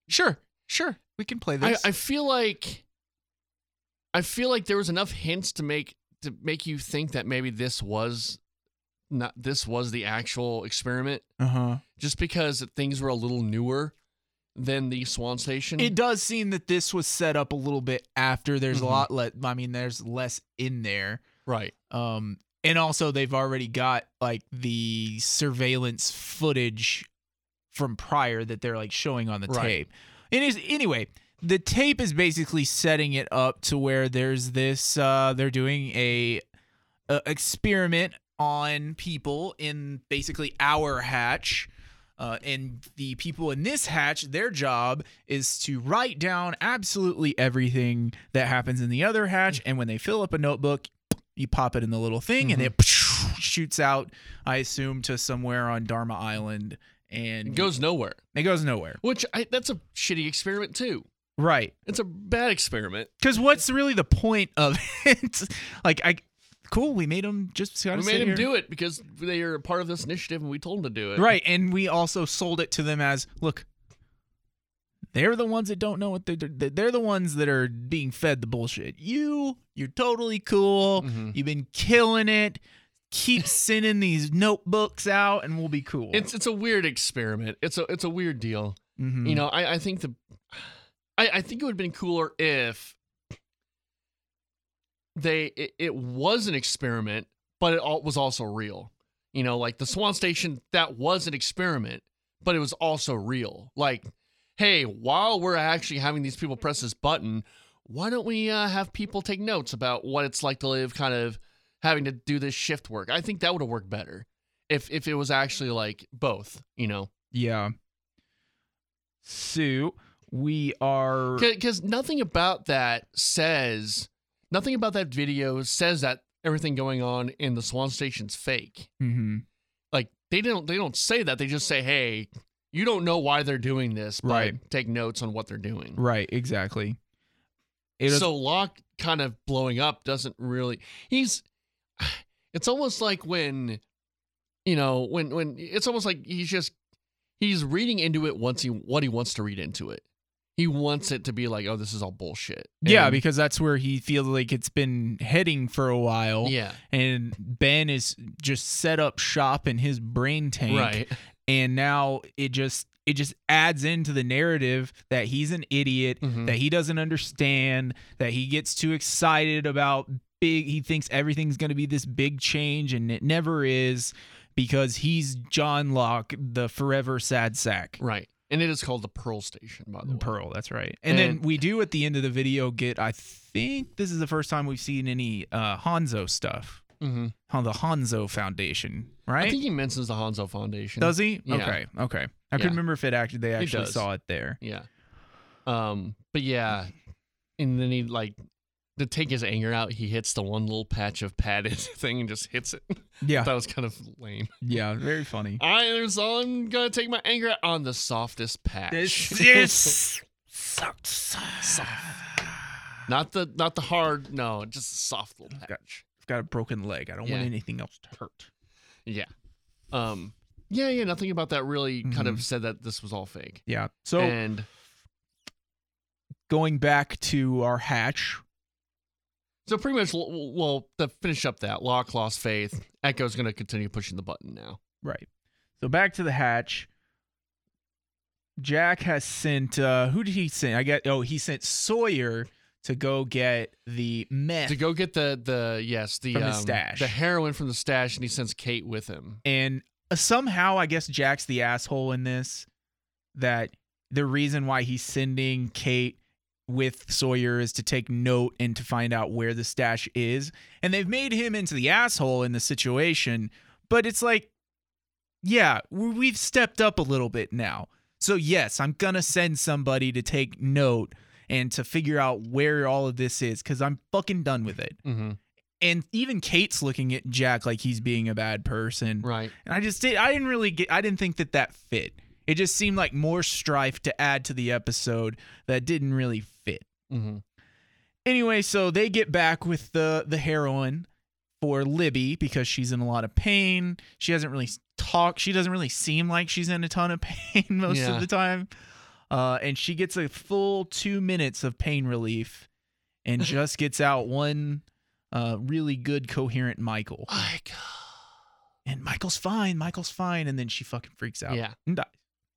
sure, sure.
we can play
I,
this.
I feel like I feel like there was enough hints to make to make you think that maybe this was not this was the actual experiment,
uh huh.
just because things were a little newer than the Swan Station.
It does seem that this was set up a little bit after. There's
Mhm.
a lot let. I mean, there's less in there.
right.
Um, and also they've already got like the surveillance footage from prior that they're like showing on the
Right.
tape. It is anyway. The tape is basically setting it up to where there's this. Uh, they're doing a, a experiment on people in basically our hatch. Uh, and the people in this hatch, their job is to write down absolutely everything that happens in the other hatch. And when they fill up a notebook, you pop it in the little thing and it
Mm-hmm.
shoots out, I assume, to somewhere on Dharma Island. And
It goes nowhere.
it goes nowhere.
Which I, that's a shitty experiment too.
Right.
It's a bad experiment.
Because what's really the point of it? like, I. Cool, we made him just kind
We
of
made him do it because they are a part of this initiative and we told him to do it.
Right, and we also sold it to them as look, they're the ones that don't know what they're they're the ones that are being fed the bullshit. You, you're totally cool.
Mhm.
You've been killing it. Keep sending these notebooks out, and we'll be cool.
It's it's a weird experiment. It's a it's a weird deal.
Mhm.
You know, I, I think the I, I think it would have been cooler if they it, it was an experiment, but it all was also real. You know, like the Swan Station, that was an experiment, but it was also real. Like, hey, while we're actually having these people press this button, why don't we uh, have people take notes about what it's like to live, kind of having to do this shift work? I think that would have worked better if if it was actually like both. You know.
yeah. So we are
because nothing about that says nothing about that video says that everything going on in the swan station's fake
Mhm.
like they don't they don't say that they just say hey you don't know why they're doing this but
Right.
take notes on what they're doing
right. Exactly. It is
so Locke kind of blowing up doesn't really he's it's almost like when you know when when it's almost like he's just he's reading into it once he what he wants to read into it he wants it to be like oh this is all bullshit
yeah,
And-
because that's where he feels like it's been heading for a while.
yeah
and Ben is just set up shop in his brain tank
right
and now it just it just adds into the narrative that he's an idiot
Mhm.
that he doesn't understand that he gets too excited about big he thinks everything's going to be this big change and it never is because he's John Locke the forever sad sack
right And it is called the Pearl Station, by the way.
Pearl, that's right.
And-
And, then we do at the end of the video get, I think this is the first time we've seen any uh, Hanzo stuff
hmm
on the Hanzo Foundation, right?
I think he mentions the Hanzo Foundation.
Does he?
Yeah.
Okay, okay. I
Yeah.
couldn't remember if it actually they actually
does.
saw it there.
Yeah. Um. But yeah, and then he like to take his anger out, he hits the one little patch of padded thing and just hits it.
Yeah,
That was kind of lame.
yeah. Very funny.
I am so I'm gonna take my anger out on the softest patch.
sucks.
not the not the hard. No, just the soft little
Okay.
patch.
I've got a broken leg. I don't
Yeah.
want anything else to hurt.
Yeah. Um. Yeah. Yeah. Nothing about that really kind of
Mhm.
said that this was all fake.
Yeah. So
and
going back to our hatch.
So pretty much, l- l- well, to finish up that Locke lost faith. Echo's going to continue pushing the button now.
Right. So back to the hatch. Jack has sent uh who did he send? I get oh, he sent Sawyer to go get the meth
To go get the the yes the
From the
um,
stash.
the heroin from the stash, and he sends Kate with him.
and uh, somehow I guess Jack's the asshole in this that the reason why he's sending Kate with Sawyer is to take note and to find out where the stash is and they've made him into the asshole in the situation but it's like yeah we- we've stepped up a little bit now so yes I'm going to send somebody to take note and to figure out where all of this is cuz I'm fucking done with it
Mm-hmm.
and even Kate's looking at Jack like he's being a bad person
Right.
and I just did. I didn't really get. I didn't think that that fit. It just seemed like more strife to add to the episode that didn't really fit.
Mm-hmm.
Anyway, so they get back with the the heroin for Libby because she's in a lot of pain. She hasn't really talked. She doesn't really seem like she's in a ton of pain most
Yeah.
of the time. Uh, and she gets a full two minutes of pain relief, and just gets out one uh, really good coherent Michael. And Michael's fine. Michael's fine. And then she fucking freaks out
Yeah.
and dies.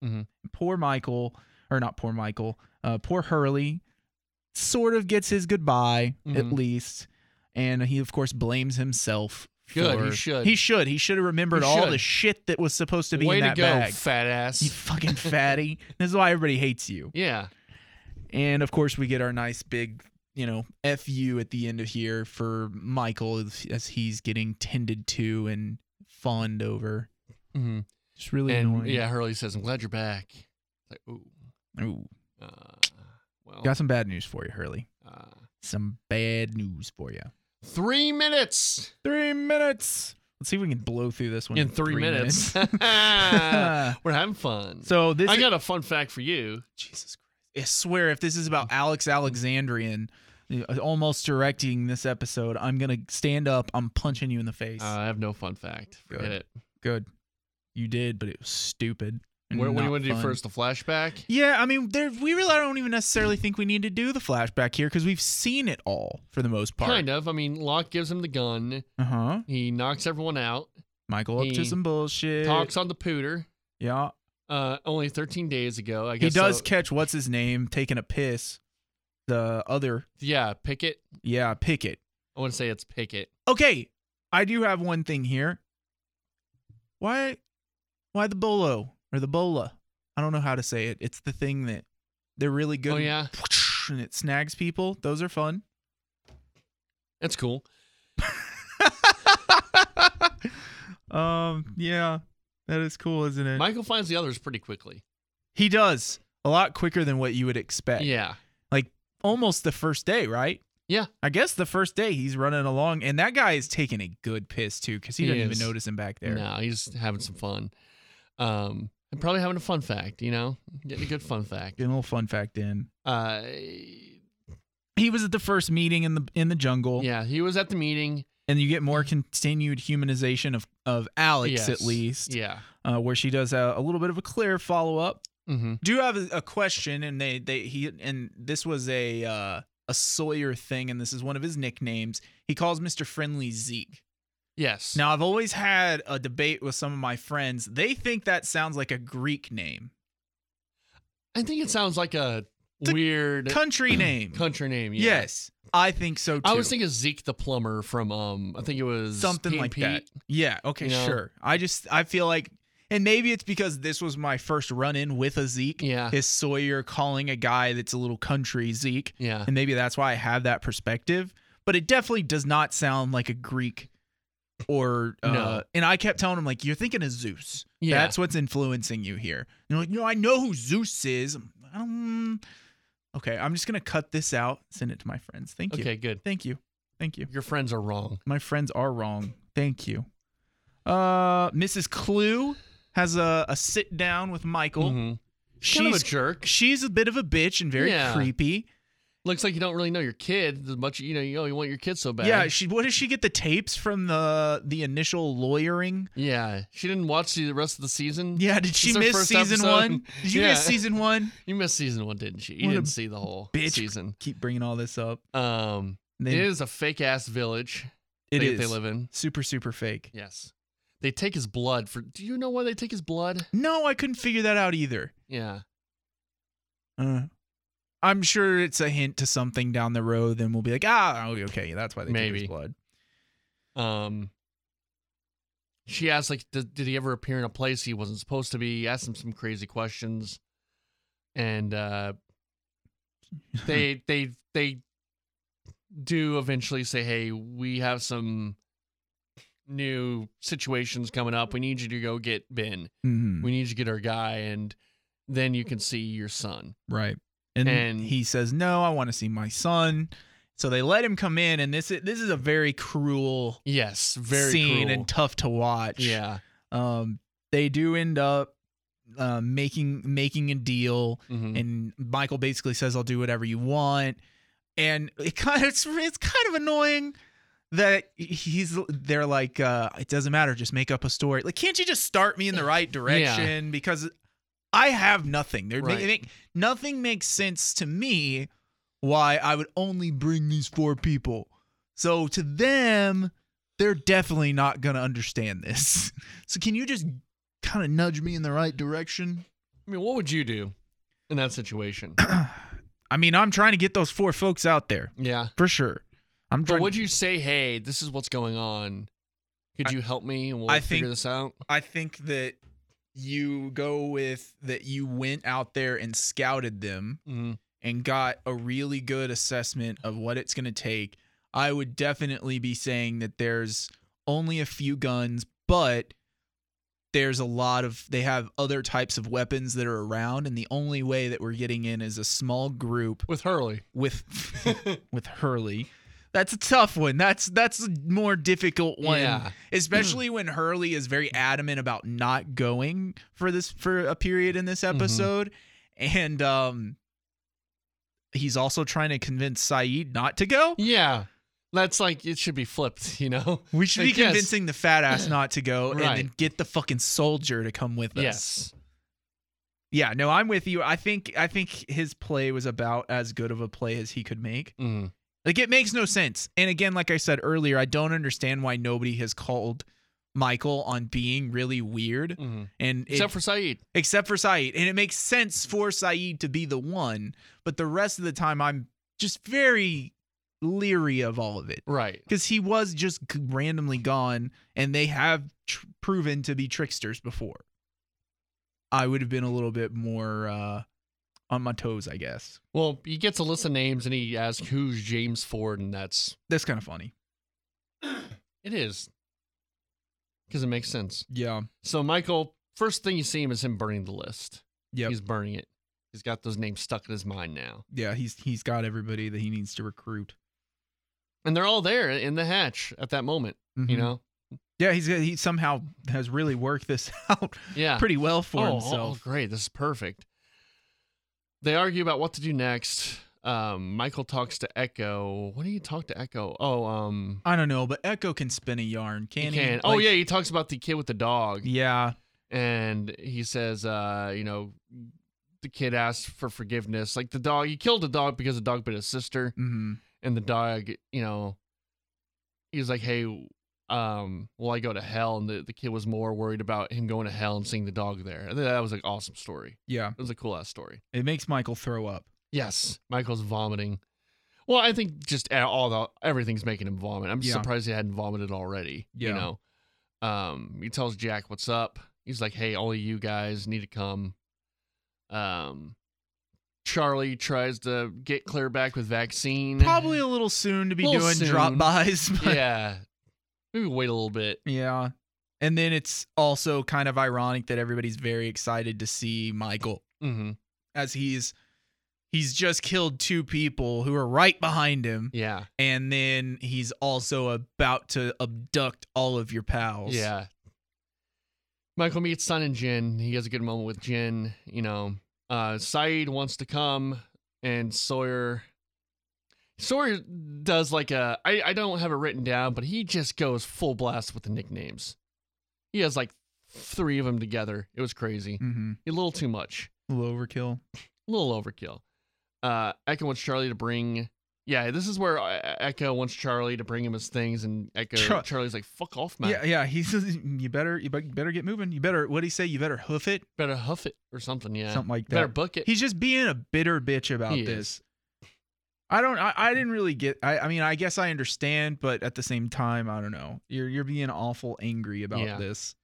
Mhm.
Poor Michael, or not poor Michael, uh, poor Hurley sort of gets his goodbye, at
Mhm.
least. And he, of course, blames himself.
Good,
For,
he should.
He should. He should have remembered
He
all
should.
the shit that was supposed to be
Way
in
to
that
go,
bag.
fat ass.
You fucking fatty. this is why everybody hates you.
yeah.
And of course, we get our nice big, you know, FU at the end of here for Michael as, as he's getting tended to and fawned over.
Mm-hmm.
It's really
And
annoying.
yeah, Hurley says, "I'm glad you're back." It's like, ooh,
Ooh,
uh, well,
got some bad news for you, Hurley.
uh,
Some bad news for you.
three minutes
Three minutes. Let's see if we can blow through this one
in three, minutes. We're having fun.
so this
I got a fun fact for you.
Jesus Christ. I swear, if this is about Alex Alexandrian you know, almost directing this episode, I'm gonna stand up. I'm punching you in the face.
Uh, I have no fun fact. Forget
Good.
it.
Good. You did, but it was stupid. and
What, what do
not
you want to do
fun.
first? The flashback?
Yeah, I mean, there we really don't even necessarily think we need to do the flashback here because we've seen it all for the most part.
Kind of. I mean, Locke gives him the gun.
Uh huh.
He knocks everyone out.
Michael up to
He
some bullshit.
Talks on the pooter.
Yeah.
Uh, only 13 days ago, I
He
guess.
does
so-
catch what's his name taking a piss. The other,
yeah, Pickett.
yeah, Pickett.
I want to say it's Pickett.
Okay, I do have one thing here. Why, why the bolo or the bola? I don't know how to say it. It's the thing that they're really good.
Oh
and-
yeah,
and it snags people. Those are fun.
that's cool.
um, yeah, that is cool, isn't it?
Michael finds the others pretty quickly.
he does a lot quicker than what you would expect.
Yeah,
almost the first day, right?
Yeah.
I guess the first day he's running along, and that guy is taking a good piss too, because he,
He
didn't
is.
even notice him back there.
no, he's having some fun. Um, and probably having a fun fact. You know, getting a good fun fact.
Get a little fun fact in.
Uh,
He was at the first meeting in the in the jungle,
yeah, he was at the meeting.
and you get more continued humanization of of Alex
Yes.
at least,
Yeah.
uh, where she does a, a little bit of a clear follow up.
Mm-hmm.
do have a, a question and they they he and this was a uh a Sawyer thing and this is one of his nicknames. He calls Mr. Friendly Zeke.
Yes.
Now I've always had a debate with some of my friends. They think that sounds like a Greek name.
I think it sounds like a
The
weird
Country name.
country name. Yeah.
Yes. I think so too.
I was thinking Zeke the plumber from um I think it was
something
Pete and
like
Pete.
that. Yeah, okay,
You know?
sure. I just I feel like And maybe it's because this was my first run in with a Zeke.
Yeah.
Is Sawyer calling a guy that's a little country Zeke?
Yeah.
And maybe that's why I have that perspective. But it definitely does not sound like a Greek or uh,
No.
and I kept telling him like you're thinking of Zeus.
Yeah.
That's what's influencing you here. And like, no, I know who Zeus is. I'm like, I don't mm, Okay, I'm just gonna cut this out, send it to my friends. Thank you.
Okay, good.
Thank you. Thank you.
Your friends are wrong.
My friends are wrong. Thank you. Uh, Mrs. Clue has a, a sit down with Michael.
Mhm.
She's
Kind of a jerk.
she's a bit of a bitch and very
Yeah.
creepy.
Looks like you don't really know your kid as much. You know, you, know, you want your kid so bad.
Yeah, she what does she get the tapes from the the initial lawyering?
Yeah. She didn't watch the rest of the season.
Yeah, did she
It's her
miss
first
season
episode.
one? Did you miss
Yeah.
season one?
You missed season one, didn't you? You
What a
didn't see the whole
bitch.
season.
Keep bringing all this up.
Um,
And
it
then
is a fake ass village.
it
that
is
they live in.
super super fake.
Yes. They take his blood for. Do you know why they take his blood?
No, I couldn't figure that out either.
Yeah.
Uh, I'm sure it's a hint to something down the road. Then we'll be like, ah, okay, okay, that's why they took
Maybe.
his blood.
Um. She asked, like, did, did he ever appear in a place he wasn't supposed to be? Asked him some crazy questions, and uh, they they they do eventually say, "Hey, we have some new situations coming up. We need you to go get Ben.
Mhm.
We need you to get our guy, and then you can see your son."
Right. And,
And-
he says, "No, I want to see my son." So they let him come in, and this is, this is a very cruel
Yes, very
scene
cruel.
and tough to watch.
yeah.
Um, they do end up uh, making making a deal,
mhm.
and Michael basically says, "I'll do whatever you want," and it kind of, it's it's kind of annoying that he's they're like, uh, "It doesn't matter, just make up a story." Like, can't you just start me in the right direction? Because I have nothing. There,
Right.
it make, nothing makes sense to me. Why I would only bring these four people? So to them, they're definitely not gonna understand this. So can you just kind of nudge me in the right direction?
I mean, what would you do in that situation?
I mean, I'm trying to get those four folks out there
yeah.
for sure. I'm
But
trying.
would you say, hey, this is what's going on? Could you help me and we'll
I
figure
think-
this out?
I think that you go with that you went out there and scouted them
Mhm.
and got a really good assessment of what it's going to take. I would definitely be saying that there's only a few guns, but there's a lot of they have other types of weapons that are around and the only way that we're getting in is a small group
With Hurley.
with with Hurley. That's a tough one. That's that's a more difficult one,
Yeah.
especially when Hurley is very adamant about not going for this for a period in
Mm-hmm.
this episode, and um, he's also trying to convince Saeed not to go.
yeah. That's like, it should be flipped, you know?
We should be
Like, yes.
convincing the fat ass not to go, and then
Right.
get the fucking soldier to come with us.
Yes.
Yeah. No, I'm with you. I think I think his play was about as good of a play as he could make.
Mhm.
Like it makes no sense. And again, like I said earlier, I don't understand why nobody has called Michael on being really weird.
Mhm.
And it-
Except for Saeed.
except for Saeed, and it makes sense for Saeed to be the one, but the rest of the time I'm just very leery of all of it
Right.
because he was just g- randomly gone, and they have tr- proven to be tricksters before. I would have been a little bit more uh, on my toes, I guess.
Well, he gets a list of names and he asks, who's James Ford? And that's,
That's kind of funny.
it is. Because it makes sense.
Yeah.
So, Michael, first thing you see him is him burning the list.
Yep.
He's burning it. He's got those names stuck in his mind now.
Yeah, he's he's got everybody that he needs to recruit.
And they're all there in the hatch at that moment, you
Mm-hmm.
know?
Yeah, he's he somehow has really worked this out
Yeah.
pretty well for
oh, oh,
himself.
great. This is perfect. They argue about what to do next. Um, Michael talks to Echo. What do you talk to Echo? Oh, um,
I don't know, but Echo can spin a yarn,
he
can he?
can. oh,
Like,
yeah. He talks about the kid with the dog.
yeah,
And he says, uh, you know, the kid asked for forgiveness. Like the dog, he killed the dog because the dog bit his sister.
hmm
And the dog, you know, he was like, hey, um, will I go to hell? And the, the kid was more worried about him going to hell and seeing the dog there. I think that was an awesome story.
yeah.
It was a cool ass story.
It makes Michael throw up.
Yes, Michael's vomiting. Well, I think just a- all the everything's making him vomit. I'm just
Yeah.
surprised he hadn't vomited already.
Yeah.
You know, um, he tells Jack what's up. He's like, "Hey, all of you guys need to come." Um, Charlie tries to get clear back with vaccine.
Probably a little soon to be
Little
doing
soon.
drop bys. But
yeah. Maybe wait a little bit.
yeah. And then it's also kind of ironic that everybody's very excited to see Michael
hmm
as he's he's just killed two people who are right behind him.
Yeah.
and then he's also about to abduct all of your pals.
Yeah. Michael meets Sun and Jin. He has a good moment with Jin. You know, uh, Saeed wants to come, and Sawyer. Sawyer does like a. I, I don't have it written down, but he just goes full blast with the nicknames. He has like three of them together. It was crazy.
Mm-hmm.
A little too much.
A little overkill.
a little overkill. Uh, Echo wants Charlie to bring. Yeah, this is where uh, Echo wants Charlie to bring him his things, and Echo
Char-
Charlie's like, "Fuck off, man!
Yeah, yeah. He says you better, you be- better get moving. You better. What would he say? You better hoof it.
Better huff it or something, yeah.
Something like that.
Better book it."
He's just being a bitter bitch about
He
this. I don't. I, I didn't really get. I, I mean, I guess I understand, but at the same time, I don't know. You're you're being awful angry about
Yeah.
this.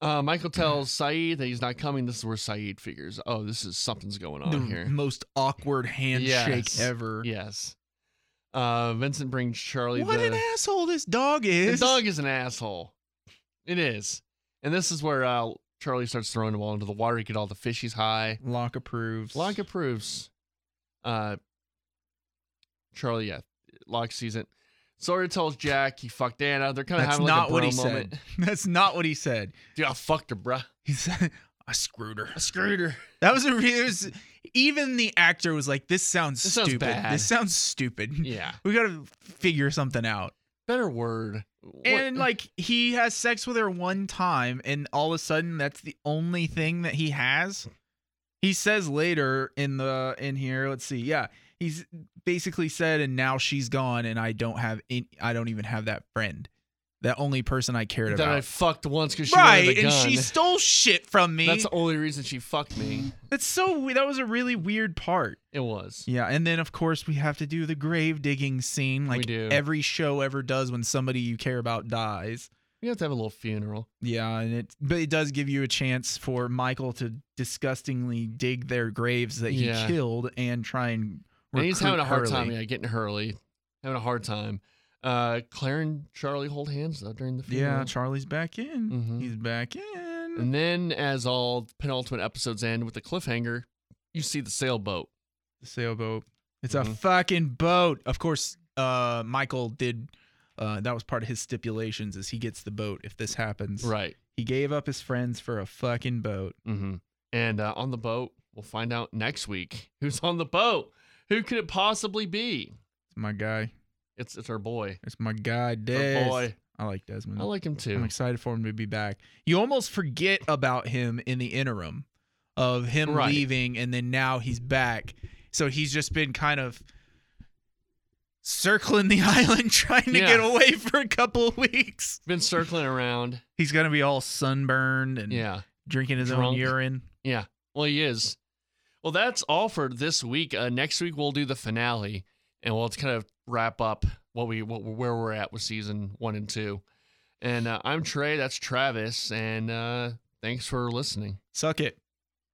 uh, Michael tells Saeed that he's not coming. This is where Saeed figures, "Oh, this is something's going on
the
here."
most awkward handshake
Yes.
ever.
Yes. Uh, Vincent brings Charlie.
What
the,
an asshole this dog
the
is.
dog is an asshole. It is, and this is where uh, Charlie starts throwing the ball into the water to get all the fishies high.
Locke approves.
Locke approves. Uh, Charlie, yeah, Locke sees it. Sawyer tells Jack he fucked Anna. They're kind of
That's
having like
not
a
what
bro
he
moment.
said. That's not what he said.
Dude, I fucked her, bruh.
He said, "I screwed her."
I screwed her.
That was a real. Was, even the actor was like, "This sounds
This sounds
stupid.
bad."
This sounds stupid.
Yeah,
We gotta figure something out."
better word. What- uh,
And like, he has sex with her one time, and all of a sudden, that's the only thing that he has. He says later in the in here, let's see, yeah, he's basically said, and now she's gone, and I don't have, any, I don't even have that friend, that only person I cared
that
about.
I fucked once because she
right,
wanted the
and
gun.
she stole shit from me.
That's the only reason she fucked me.
That's so we- that was a really weird part.
It was.
Yeah, and then of course we have to do the grave digging scene like
do.
every show ever does when somebody you care about dies.
We have to have a little funeral.
Yeah, and it but it does give you a chance for Michael to disgustingly dig their graves that he
Yeah.
killed and try and
And he's
recruit
having a hard time.
Hurley.
Yeah, getting Hurley, having a hard time. Uh, Claire and Charlie hold hands though during the funeral.
Yeah, Charlie's back in.
Mhm.
He's back in.
Mm-hmm. And then, as all penultimate episodes end with a cliffhanger, you see the sailboat.
The sailboat. It's a
Mhm.
fucking boat. Of course, uh Michael did uh that was part of his stipulations is he gets the boat if this happens.
Right.
He gave up his friends for a fucking boat.
Mm-hmm. And uh, on the boat, we'll find out next week who's on the boat. Who could it possibly be?
It's my guy.
It's it's our boy.
It's my guy,
Our
Des.
boy.
I like Desmond.
I like him
I'm
too.
excited for him to be back. You almost forget about him in the interim of him
Right.
leaving, and then now he's back. So he's just been kind of circling the island trying to
Yeah.
get away for a couple of weeks.
Been circling around.
He's gonna be all sunburned and
Yeah.
drinking his own
Drunk.
urine.
Well, he is. Well, that's all for this week. Uh, next week we'll do the finale, and we'll kind of wrap up what we what, where we're at with season one and two. And uh, I'm Trey. That's Travis. And uh, thanks for listening.
Suck it.